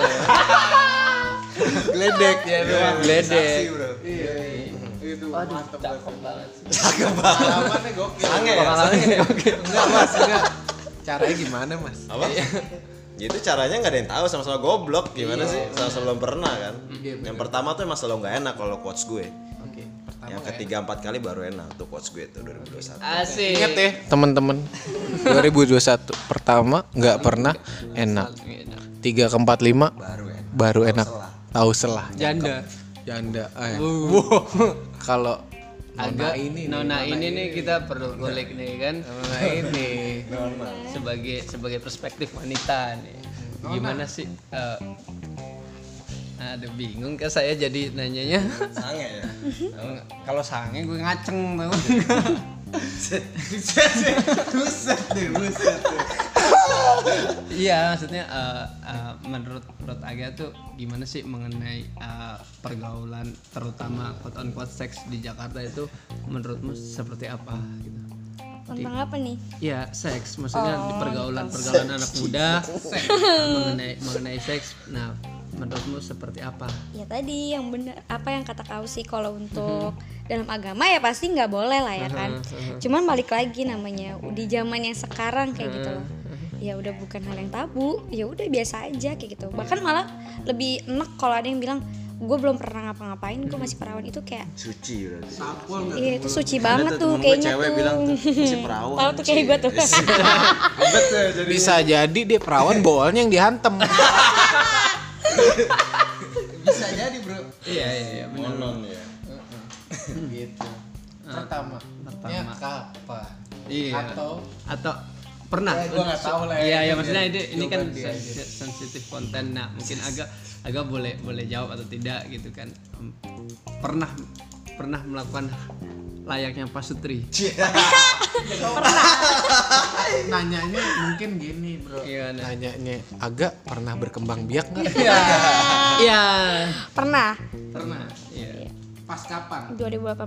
Speaker 3: gledek
Speaker 2: Iya,
Speaker 3: ya memang
Speaker 1: Gledek.
Speaker 3: bro
Speaker 1: Waduh, cakep banget sih.
Speaker 3: cakep banget
Speaker 2: Pengalamannya gokil.
Speaker 3: sange ya sange
Speaker 1: gitu?
Speaker 2: Enggak, Mas, enggak. Caranya gimana, Mas?
Speaker 3: apa *laughs* itu caranya nggak ada yang tahu sama-sama goblok gimana sih sama-sama belum pernah kan yang pertama tuh emang selalu nggak enak kalau quotes gue
Speaker 1: Oke.
Speaker 3: yang ketiga empat kali baru enak tuh quotes gue tuh 2021
Speaker 1: Asik.
Speaker 2: Ingat ya, teman-teman. 2021 pertama nggak pernah enak. 3 ke 4 5
Speaker 3: baru enak
Speaker 2: baru enak. Tahu selah.
Speaker 1: Janda.
Speaker 2: Janda. eh.
Speaker 1: Wuh.
Speaker 2: Kalau
Speaker 1: Agak ini. Nona ini nih kita perlu golek nih kan. *laughs*
Speaker 2: Nah ini
Speaker 1: sebagai sebagai perspektif wanita nih gimana sih eh, aduh bingung ke saya jadi nanyanya
Speaker 3: sange ya
Speaker 1: Tahu nggak? kalau sange gue ngaceng tau
Speaker 3: buset deh buset
Speaker 1: iya maksudnya eh, eh, menurut menurut Aga tuh gimana sih mengenai eh, pergaulan terutama quote on quote seks di Jakarta itu menurutmu seperti apa gitu
Speaker 6: Tentang apa nih?
Speaker 1: Ya, seks maksudnya di pergaulan pergaulan anak muda eh, mengenai mengenai seks. Nah, menurutmu seperti apa?
Speaker 6: Ya tadi yang benar apa yang kata Kausi kalau
Speaker 3: Mhm.
Speaker 6: untuk dalam agama ya pasti nggak boleh lah ya kan.
Speaker 3: mhm.
Speaker 6: Cuman balik lagi namanya di zaman yang sekarang kayak gitu loh.
Speaker 3: Mhm.
Speaker 6: Ya udah bukan hal yang tabu, ya udah biasa aja kayak gitu. Bahkan malah lebih enak kalau ada yang bilang gue belum pernah ngapa-ngapain, gue masih perawan itu kayak
Speaker 3: suci berarti
Speaker 6: iya itu suci
Speaker 3: Ada
Speaker 6: banget
Speaker 3: temen
Speaker 6: tuh
Speaker 3: gue
Speaker 6: kayaknya
Speaker 3: cewek
Speaker 6: tuh.
Speaker 3: bilang tuh
Speaker 6: *laughs*
Speaker 3: masih perawan
Speaker 6: Tahu tuh kayak gue tuh.
Speaker 2: bisa jadi dia perawan bawalnya yang dihantem. bisa jadi bro.
Speaker 1: Iya, iya, iya.
Speaker 3: monon ya
Speaker 2: gitu. Pertama.
Speaker 1: Pertama.
Speaker 2: Ya, kapan?
Speaker 1: Iya.
Speaker 2: Atau
Speaker 1: atau pernah?
Speaker 2: Ya, gua nggak tahu lah ya.
Speaker 1: Iya, ya,
Speaker 2: Itu
Speaker 1: maksudnya
Speaker 2: biar
Speaker 1: ini ini kan
Speaker 2: jawaban dia
Speaker 1: sen- sensitif konten. Nah, mungkin agak agak boleh boleh jawab atau tidak gitu kan. Em, Pernah pernah melakukan layaknya pasutri.
Speaker 2: nanyanya mungkin gini bro.
Speaker 1: Iya, nah.
Speaker 2: Nanyanya agak pernah berkembang biak nggak?
Speaker 1: Iya,
Speaker 6: *laughs* pernah
Speaker 1: pernah. Iya.
Speaker 2: Pas kapan?
Speaker 6: 2018.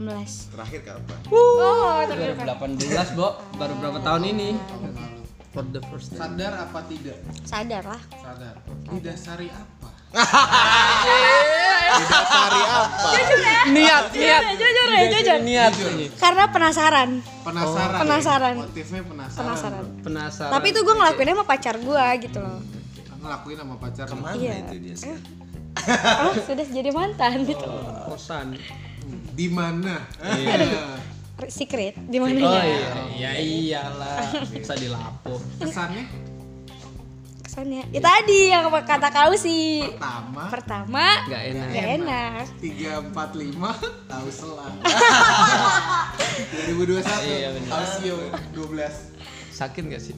Speaker 3: terakhir kapan
Speaker 6: Oh, tapi
Speaker 1: 2018, Bo. Baru berapa tahun ini? For the first time.
Speaker 2: Sadar apa tidak?
Speaker 6: sadar lah.
Speaker 2: Sadar. Didasari apa?
Speaker 5: Oh,
Speaker 1: Niat, niat.
Speaker 6: Jujur ya, jujur.
Speaker 1: Niat.
Speaker 6: Karena penasaran.
Speaker 2: Penasaran.
Speaker 6: penasaran.
Speaker 2: Motifnya
Speaker 6: Nah, iya.
Speaker 2: penasaran.
Speaker 6: penasaran.
Speaker 1: Penasaran.
Speaker 6: Tapi itu gue ngelakuinnya sama pacar gue gitu *laughs* loh.
Speaker 2: Ngelakuin sama pacar.
Speaker 3: mana
Speaker 6: Iya.
Speaker 3: itu dia sih
Speaker 6: Oh sudah jadi mantan gitu.
Speaker 1: kosan.
Speaker 2: Di mana?
Speaker 5: Iya.
Speaker 2: Eh,
Speaker 6: Secret di mana
Speaker 1: Oh
Speaker 6: ya?
Speaker 1: iya, ya iyalah. Bisa dilapo.
Speaker 2: Kesannya
Speaker 6: Kesannya. Ya tadi yang apa kata kau sih.
Speaker 2: pertama
Speaker 6: Pertama
Speaker 1: Gak enak.
Speaker 2: Iya.
Speaker 6: gak enak.
Speaker 2: 345 tahu
Speaker 5: *laughs*
Speaker 2: selang.
Speaker 5: Iya,
Speaker 2: 2021 Ausio 12.
Speaker 1: Sakit gak sih?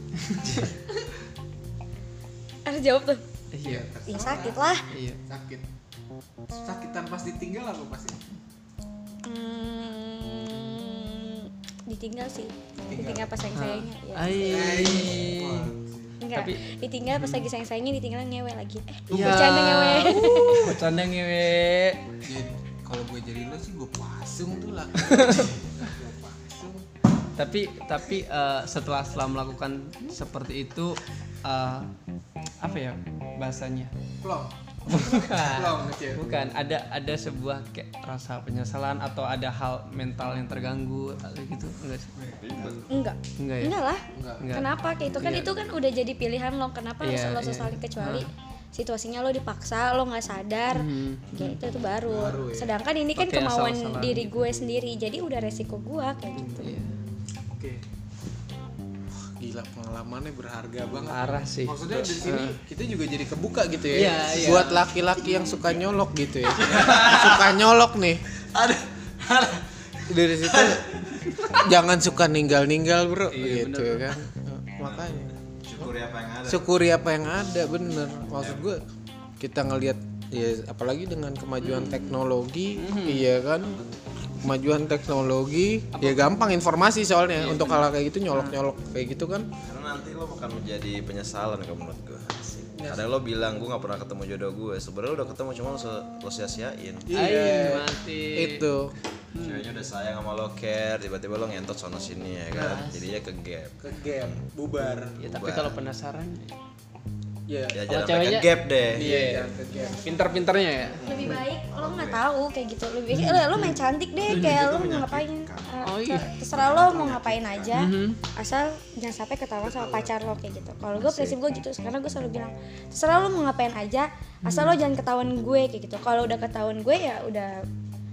Speaker 6: Harus Ah, jawab tuh.
Speaker 1: Iya.
Speaker 6: Ya sakit lah.
Speaker 1: Iya.
Speaker 2: Sakit. Sakitan pas ditinggal apa pasti?
Speaker 6: Hmm, ditinggal sih. Ditinggal pas sayang sayangnya. Ya.
Speaker 5: Iya.
Speaker 2: iya.
Speaker 1: Ai.
Speaker 2: Eh,
Speaker 6: Enggak.
Speaker 1: tapi-
Speaker 6: Ditinggal pas lagi sayang sayangnya ditinggal ngewe lagi. Eh,
Speaker 1: Ya.
Speaker 6: bercanda ngewe. *laughs*
Speaker 1: Uh, Bercanda ngewe.
Speaker 2: Jadi kalau gue jadi lo sih gue pasung tuh
Speaker 5: *laughs*
Speaker 2: lah.
Speaker 1: Tapi tapi eh, setelah setelah melakukan seperti itu eh, apa ya bahasanya?
Speaker 2: Plong.
Speaker 1: Bukan.
Speaker 2: Plong kecil.
Speaker 1: Bukan, ada ada sebuah kayak rasa penyesalan atau ada hal mental yang terganggu atau gitu enggak sih?
Speaker 6: Enggak.
Speaker 1: Enggak ya?
Speaker 6: Enggak lah.
Speaker 1: Enggak.
Speaker 6: Kenapa kayak itu kan itu kan udah jadi pilihan lo. Kenapa harus
Speaker 1: Iya,
Speaker 6: lo
Speaker 1: iya.
Speaker 6: sesalin kecuali situasinya lo dipaksa, lo nggak sadar. Ya itu itu baru. Sedangkan ini kan
Speaker 1: Hmm. ya. Pakai
Speaker 6: kemauan
Speaker 1: asal-asalan
Speaker 6: diri gitu. gue sendiri. Jadi udah resiko gue kayak gitu.
Speaker 1: Iya.
Speaker 2: Oke. Wah,
Speaker 5: gila
Speaker 2: gila
Speaker 5: pengalamannya berharga banget
Speaker 1: parah sih
Speaker 5: maksudnya dari sini kita juga jadi kebuka gitu ya
Speaker 1: Iya, iya.
Speaker 5: eh. buat laki-laki yang suka nyolok gitu ya suka nyolok nih dari situ jangan suka ninggal-ninggal bro gitu ya kan makanya
Speaker 3: Syukuri apa yang ada.
Speaker 5: syukuri apa yang ada bener maksud gue kita ngelihat ya apalagi dengan kemajuan teknologi iya kan kemajuan teknologi ya gampang informasi soalnya untuk hal kayak gitu nyolok-nyolok kayak gitu kan
Speaker 3: Karena nanti lo akan menjadi penyesalan kalau menurut gue. Kadang lo bilang gue nggak pernah ketemu jodoh gue. Sebenarnya udah ketemu cuma lo, se- lo sia-siain.
Speaker 1: Ayo,
Speaker 5: Iya,
Speaker 1: mati
Speaker 5: itu
Speaker 3: Ceweknya udah sayang sama lo care, tiba-tiba lo ngentot sono sini ya kan. Jadinya ke gap.
Speaker 5: ke game bubar
Speaker 1: ya tapi kalau penasaran
Speaker 5: ya
Speaker 3: Ya
Speaker 1: Kalau
Speaker 3: jangan sampai ke
Speaker 1: ceweknya-
Speaker 3: gap deh.
Speaker 1: iya pinter-pinternya ya
Speaker 6: lebih baik lo nggak tahu kayak gitu lebih baik lo, lo main cantik deh kayak lo mau ngapain Eh, ter- terserah lo mau ngapain aja asal jangan sampai ketahuan sama pacar lo kayak gitu kalau gue prinsip gue gitu karena gue selalu bilang terserah lo mau ngapain aja asal lo jangan ketahuan gue kayak gitu kalau udah ketahuan gue ya udah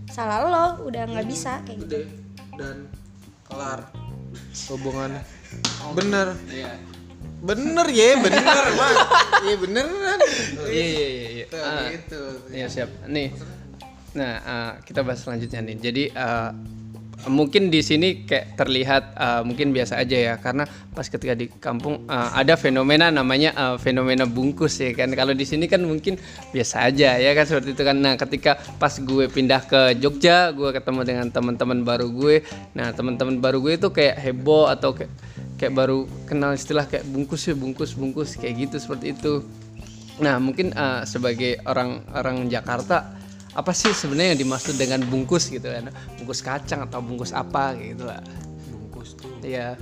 Speaker 6: salah lo udah nggak bisa kayak gitu
Speaker 5: dan kelar hubungan *laughs* bener bener ya bener *laughs* Mak. iya beneran
Speaker 1: iya iya iya, iya
Speaker 5: Tuh,
Speaker 1: Ah,
Speaker 5: gitu
Speaker 1: iya siap nih nah ah, kita bahas selanjutnya nih jadi ah, mungkin di sini kayak terlihat ah, mungkin biasa aja ya karena pas ketika di kampung ah, ada fenomena namanya ah, fenomena bungkus ya kan kalau di sini kan mungkin biasa aja ya kan seperti itu kan nah ketika pas gue pindah ke Jogja gue ketemu dengan teman-teman baru gue nah teman-teman baru gue itu kayak heboh atau kayak kayak baru kenal istilah kayak bungkus ya bungkus bungkus kayak gitu seperti itu Nah, mungkin eh, sebagai orang-orang Jakarta apa sih sebenarnya yang dimaksud dengan bungkus gitu kan? Bungkus kacang atau bungkus apa gitu lah.
Speaker 5: bungkus tuh
Speaker 1: Iya.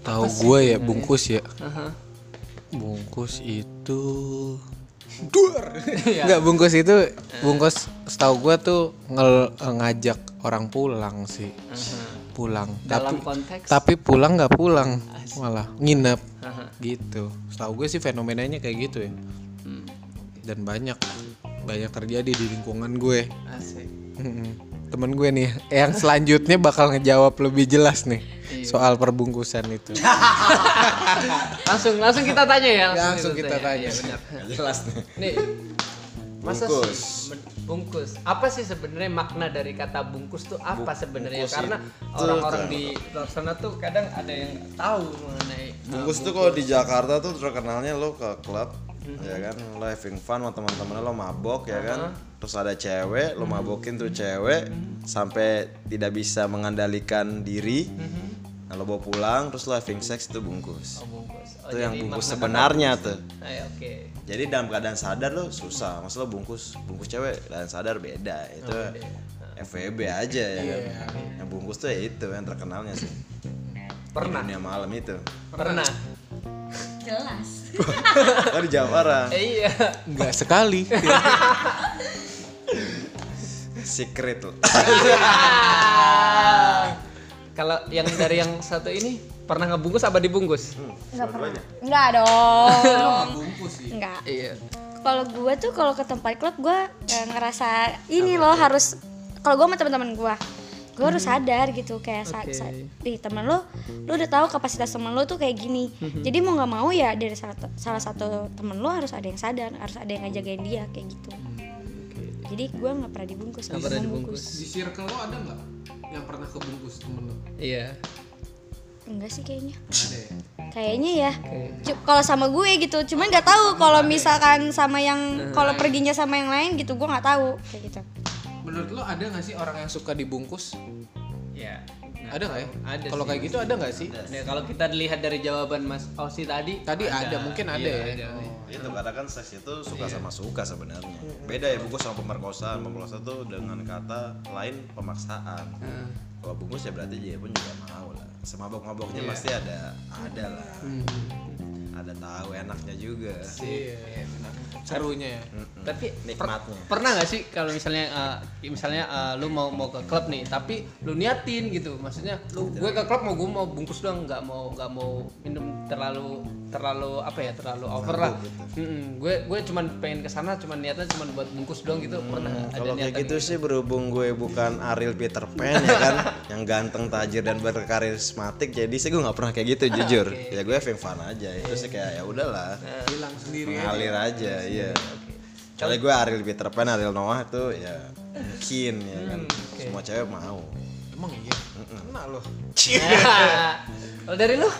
Speaker 5: tahu gue ya bungkus ya bungkus itu duar
Speaker 1: Iya.
Speaker 5: nggak bungkus
Speaker 1: Eh.
Speaker 5: itu bungkus setahu gue tuh ngel- ngajak orang pulang sih pulang
Speaker 1: Dalam
Speaker 5: tapi
Speaker 1: konteks
Speaker 5: tapi pulang nggak pulang malah nginep gitu setahu gue sih fenomenanya kayak gitu ya
Speaker 1: Hmm.
Speaker 5: dan banyak banyak terjadi di lingkungan gue
Speaker 1: asik.
Speaker 5: Mm-mm. temen gue nih yang selanjutnya bakal ngejawab lebih jelas nih
Speaker 1: Iya.
Speaker 5: soal perbungkusan itu
Speaker 1: Langsung langsung kita tanya ya.
Speaker 5: langsung kita tanya
Speaker 3: Nggak jelas nih.
Speaker 1: Nih. Masa
Speaker 3: Bungkus.
Speaker 1: sih men- bungkus. Apa sih sebenarnya makna dari kata bungkus tuh apa sebenarnya? Karena orang-orang di luar sana tuh kadang ada yang nggak tahu mengenai
Speaker 3: Bungkus tuh kalau di Jakarta tuh terkenalnya lo ke klub
Speaker 1: Mhm.
Speaker 3: ya kan lo having fun sama teman-teman lo mabok ya kan
Speaker 1: Uh-huh.
Speaker 3: terus ada cewek
Speaker 1: Mhm.
Speaker 3: lo mabokin tuh cewek sampai tidak bisa mengandalkan diri
Speaker 1: Mhm.
Speaker 3: nah, lo bawa pulang terus lo having sex itu bungkus
Speaker 1: oh, bungkus. Oh,
Speaker 3: itu yang
Speaker 1: jadi
Speaker 3: bungkus
Speaker 1: makna-
Speaker 3: sebenarnya tuh
Speaker 1: Nah, ya, oke.
Speaker 3: jadi dalam keadaan sadar lo susah mas lo bungkus bungkus cewek dan sadar beda itu FWB aja ya kan yang bungkus tuh ya itu yang terkenalnya sih
Speaker 1: Pernah.
Speaker 3: di dunia malam itu
Speaker 1: Pernah.
Speaker 6: jelas
Speaker 3: oh di Jawa Barat.
Speaker 1: Eh, iya.
Speaker 5: nggak sekali
Speaker 3: secret lo
Speaker 1: *laughs* Kalau yang dari yang satu ini pernah ngebungkus apa dibungkus?
Speaker 6: nggak pernah nggak dong nggak
Speaker 1: Iya.
Speaker 6: kalau gue tuh kalau ke tempat klub gue eh, ngerasa ini loh harus kalau gue sama teman-teman gue gue harus sadar gitu kayak saat
Speaker 1: Oke.
Speaker 6: di teman lo lo udah tahu kapasitas teman lo tuh kayak gini jadi mau nggak mau ya dari salah, salah satu temen lo harus ada yang sadar harus ada yang ngajagain dia kayak gitu jadi gue nggak pernah dibungkus nggak
Speaker 1: pernah
Speaker 6: pernah
Speaker 1: dibungkus.
Speaker 5: di circle lo ada nggak yang pernah kebungkus temen lo
Speaker 1: Iya.
Speaker 6: enggak sih kayaknya
Speaker 5: ada ya
Speaker 6: kayaknya ya Cu- kalau sama gue gitu cuman nggak tahu kalau misalkan sama yang kalau perginya sama yang lain gitu gue nggak tahu kayak gitu
Speaker 5: menurut lo ada nggak sih orang yang suka dibungkus
Speaker 1: Iya.
Speaker 5: ada nggak ya
Speaker 1: Ada
Speaker 5: kalau
Speaker 1: sih.
Speaker 5: kayak gitu ada nggak sih
Speaker 1: Nah, kalau kita lihat dari jawaban Mas Osi tadi,
Speaker 5: tadi ada, mungkin ada
Speaker 1: Iya,
Speaker 5: ya
Speaker 1: ada.
Speaker 3: itu karena kan seks itu suka sama suka sebenarnya beda ya bungkus sama pemerkosaan pemerkosaan tuh dengan kata lain pemaksaan kalau bungkus ya berarti dia pun juga mau lah semabok maboknya pasti ada ada lah ada tahu enaknya juga
Speaker 5: iya benar. serunya ya
Speaker 1: Tapi
Speaker 3: nikmatnya
Speaker 1: pernah nggak sih kalau misalnya eh, misalnya eh, lu mau mau ke klub nih, tapi lu niatin gitu, maksudnya lu gue ke klub mau gue mau bungkus doang, nggak mau nggak mau minum terlalu terlalu apa ya terlalu over lah Mm-mm. gue gue cuman pengen kesana cuman niatnya cuman buat bungkus dong gitu pernah nggak ada
Speaker 3: Kalau kayak
Speaker 1: niatan
Speaker 3: gitu sih berhubung gue bukan Ariel Peter Pan ya *laughs* kan Yang ganteng, tajir, dan berkarismatik Jadi sih gue gak pernah kayak gitu jujur Ya gue having fun aja Itu sih kayak ya udahlah Hilang sendiri Mengalir aja, iya Kecuali gue Ariel Peter Pan, Ariel Noah itu ya Mungkin ya kan Semua cewek mau
Speaker 9: Emang iya? Kena loh.
Speaker 1: Nah, kalau dari lu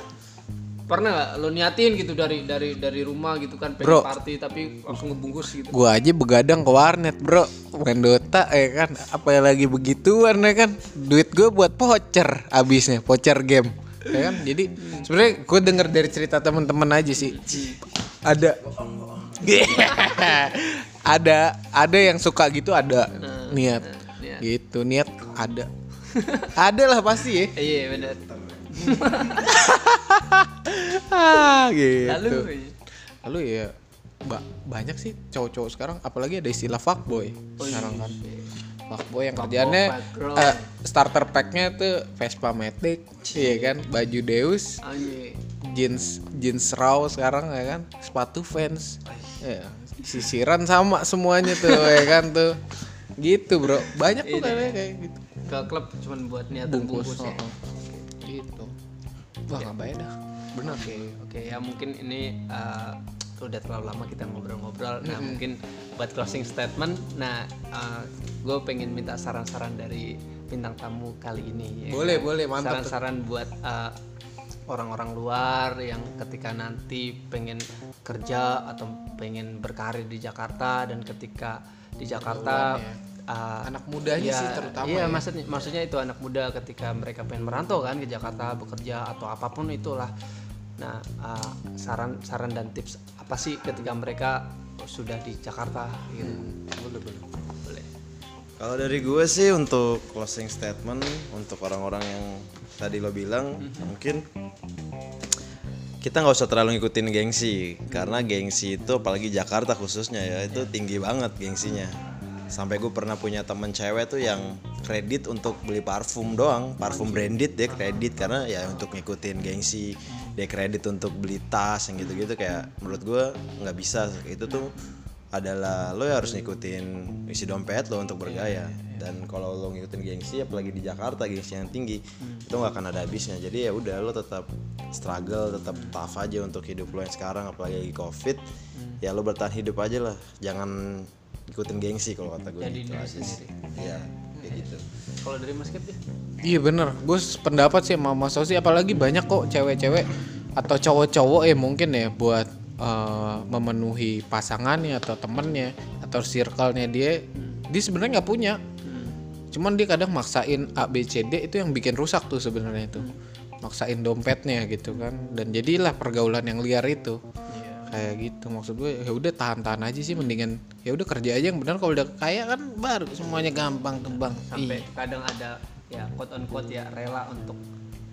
Speaker 1: pernah nggak lu niatin gitu dari dari dari rumah gitu kan pengen
Speaker 5: Bro.
Speaker 1: party tapi langsung ngebungkus gitu
Speaker 5: Gua aja begadang ke warnet bro Main Dota ya kan Apa lagi begituan ya kan Duit gue buat voucher Abisnya voucher game ya kan Jadi sebenarnya gue denger dari cerita temen-temen aja sih Ada *laughs* Ada Ada yang suka gitu ada Niat
Speaker 1: Hmm, niat.
Speaker 5: Gitu niat ada Ada lah pasti ya
Speaker 1: iya benar
Speaker 5: ah, gitu.
Speaker 1: lalu iya.
Speaker 5: Lalu ya ba- banyak sih cowok-cowok sekarang apalagi ada istilah fuckboy sekarang kan. Fuckboy yang kerjaannya
Speaker 1: fuckgirl.
Speaker 5: eh, starter packnya tuh Vespa Matic, iya kan, baju Deus,
Speaker 1: anjir
Speaker 5: jeans jeans raw sekarang ya kan, sepatu Vans. Ya, sisiran sama semuanya tuh ya kan tuh. Gitu, Bro. Banyak tuh kayaknya kayak gitu.
Speaker 1: ke klub cuman buat niatan bungkus, ya.
Speaker 5: oh, oh. Gitu. Wah, ngapain dah. Benar kayak
Speaker 1: Oke ya mungkin ini eh, udah terlalu lama kita ngobrol-ngobrol. Nah mungkin buat closing statement. Nah gue pengen minta saran-saran dari bintang tamu kali ini. ya
Speaker 5: Boleh,
Speaker 1: kan?
Speaker 5: boleh, mantap tuh.
Speaker 1: Saran-saran buat eh, orang-orang luar yang ketika nanti pengen kerja atau pengen berkarir di Jakarta dan ketika di Jakarta eh,
Speaker 5: Anak mudanya
Speaker 1: Iya,
Speaker 5: sih terutama
Speaker 1: Iya,
Speaker 5: ya.
Speaker 1: maksudnya maksudnya itu anak muda ketika mereka pengen merantau kan ke Jakarta bekerja atau apapun itulah. Nah, eh, saran saran dan tips apa sih ketika mereka sudah di Jakarta gitu.
Speaker 5: Hmm,
Speaker 1: Boleh, boleh. Boleh.
Speaker 3: Kalau dari gue sih untuk closing statement untuk orang-orang yang tadi lo bilang mungkin kita nggak usah terlalu ngikutin gengsi karena gengsi itu apalagi Jakarta khususnya ya itu tinggi banget gengsinya. Sampai gue pernah punya temen cewek tuh yang kredit untuk beli parfum doang, parfum branded dia kredit karena ya untuk ngikutin gengsi. Dia kredit untuk beli tas yang gitu-gitu kayak menurut gue nggak bisa itu tuh adalah lo harus ngikutin isi dompet lo untuk bergaya dan kalau lo ngikutin gengsi apalagi di Jakarta gengsi yang tinggi itu nggak akan ada habisnya jadi ya udah lo tetap struggle tetap tough aja untuk hidup lo yang sekarang apalagi lagi covid ya lo bertahan hidup aja lah jangan ikutin gengsi kalau kata gue gitu aja sih ya kayak gitu
Speaker 1: Kalau dari Mas Kip ya?
Speaker 5: Iya bener, gue pendapat sih sama Mas Osi apalagi banyak kok cewek-cewek atau cowok-cowok ya mungkin ya buat eh, memenuhi pasangannya atau temennya atau circle-nya dia dia sebenarnya nggak punya cuman dia kadang maksain A B C D itu yang bikin rusak tuh sebenarnya itu maksain dompetnya gitu kan dan jadilah pergaulan yang liar itu kayak gitu maksud gue ya udah tahan-tahan aja sih mendingan ya udah kerja aja yang benar kalau udah kaya kan baru semuanya gampang kembang
Speaker 1: Sampai kadang ada ya quote on quote ya rela untuk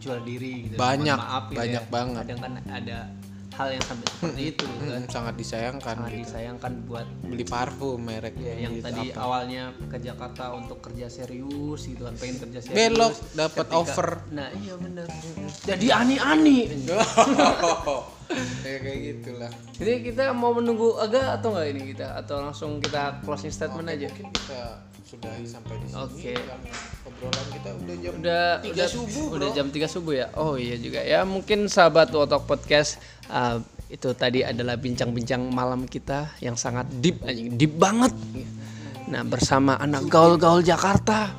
Speaker 1: jual diri gitu.
Speaker 5: Banyak,
Speaker 1: Mohon maaf, gitu
Speaker 5: banyak
Speaker 1: ya.
Speaker 5: banget.
Speaker 1: Kadang kan ada hal yang sampai seperti itu kan.
Speaker 5: *laughs* Mm, sangat disayangkan
Speaker 1: Sangat
Speaker 5: gitu.
Speaker 1: disayangkan buat
Speaker 5: beli parfum merek
Speaker 1: Ya, yang
Speaker 5: gitu,
Speaker 1: tadi
Speaker 5: apa.
Speaker 1: awalnya ke Jakarta untuk kerja serius gitu kan pengen kerja serius
Speaker 5: belok dapat
Speaker 1: Ketika-
Speaker 5: offer
Speaker 1: *laughs* nah iya bener jadi ani-ani
Speaker 5: ya kayak gitulah
Speaker 1: jadi kita mau menunggu agak atau nggak ini kita atau langsung kita closing statement aja oke
Speaker 5: kita sudahi sampai di obrolan kita udah jam
Speaker 1: udah udah subuh udah jam 3 subuh ya oh iya juga ya mungkin sahabat Wotok podcast uh, itu tadi adalah bincang-bincang malam kita yang sangat deep anjing deep banget nah bersama anak gaul-gaul Jakarta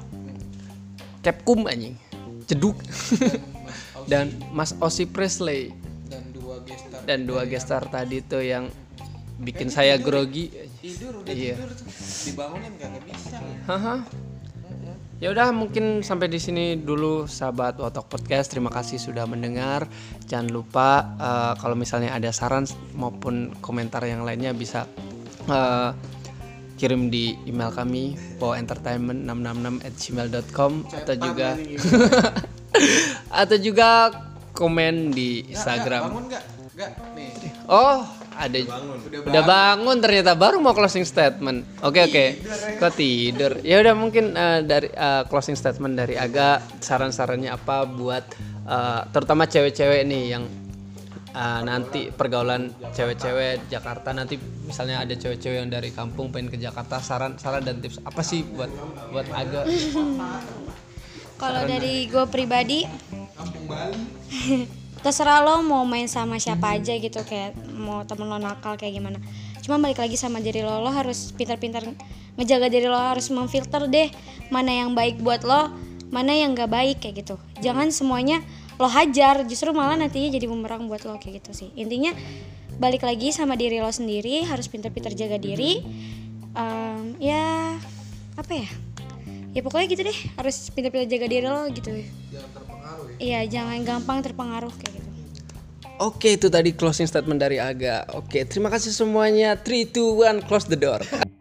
Speaker 1: Capcom anjing ceduk *laughs* dan Mas Osi Presley
Speaker 5: dan dua gestar
Speaker 1: dan dua gestar tadi tuh yang bikin saya grogi
Speaker 5: tidur udah
Speaker 1: iya
Speaker 5: tidur tuh dibangunin kagak bisa
Speaker 1: Haha. Ya udah mungkin sampai di sini dulu sahabat Wotok Podcast. Terima kasih sudah mendengar. Jangan lupa eh, kalau misalnya ada saran maupun komentar yang lainnya bisa eh, kirim di email kami powentertainment666@gmail.com atau juga
Speaker 5: gitu.
Speaker 1: *laughs* atau juga komen di Instagram.
Speaker 5: bangun nggak nggak nih
Speaker 1: Oh, ada udah bangun ternyata baru mau closing statement. Oke oke. Kok tidur? Ya udah mungkin eh, dari eh, closing statement dari Aga saran-sarannya apa buat eh, terutama cewek-cewek nih yang ah, nanti pergaulan cewek-cewek Jakarta nanti misalnya ada cewek-cewek yang dari kampung pengen ke Jakarta saran saran dan tips apa sih buat buat agak
Speaker 6: Kalau dari gue pribadi *laughs* Terserah lo mau main sama siapa aja gitu Kayak mau temen lo nakal kayak gimana Cuma balik lagi sama diri lo Lo harus pintar-pintar ngejaga diri lo Harus memfilter deh Mana yang baik buat lo Mana yang gak baik kayak gitu Jangan semuanya lo hajar Justru malah nantinya jadi bumerang buat lo kayak gitu sih Intinya balik lagi sama diri lo sendiri Harus pintar-pintar jaga diri Em, Ya apa ya ya pokoknya gitu deh harus pintar-pintar jaga diri lo gitu jangan terpengaruh iya jangan gampang terpengaruh kayak gitu
Speaker 1: Oke, itu tadi closing statement dari Aga. Oke, terima kasih semuanya. 3 2 1 close the door.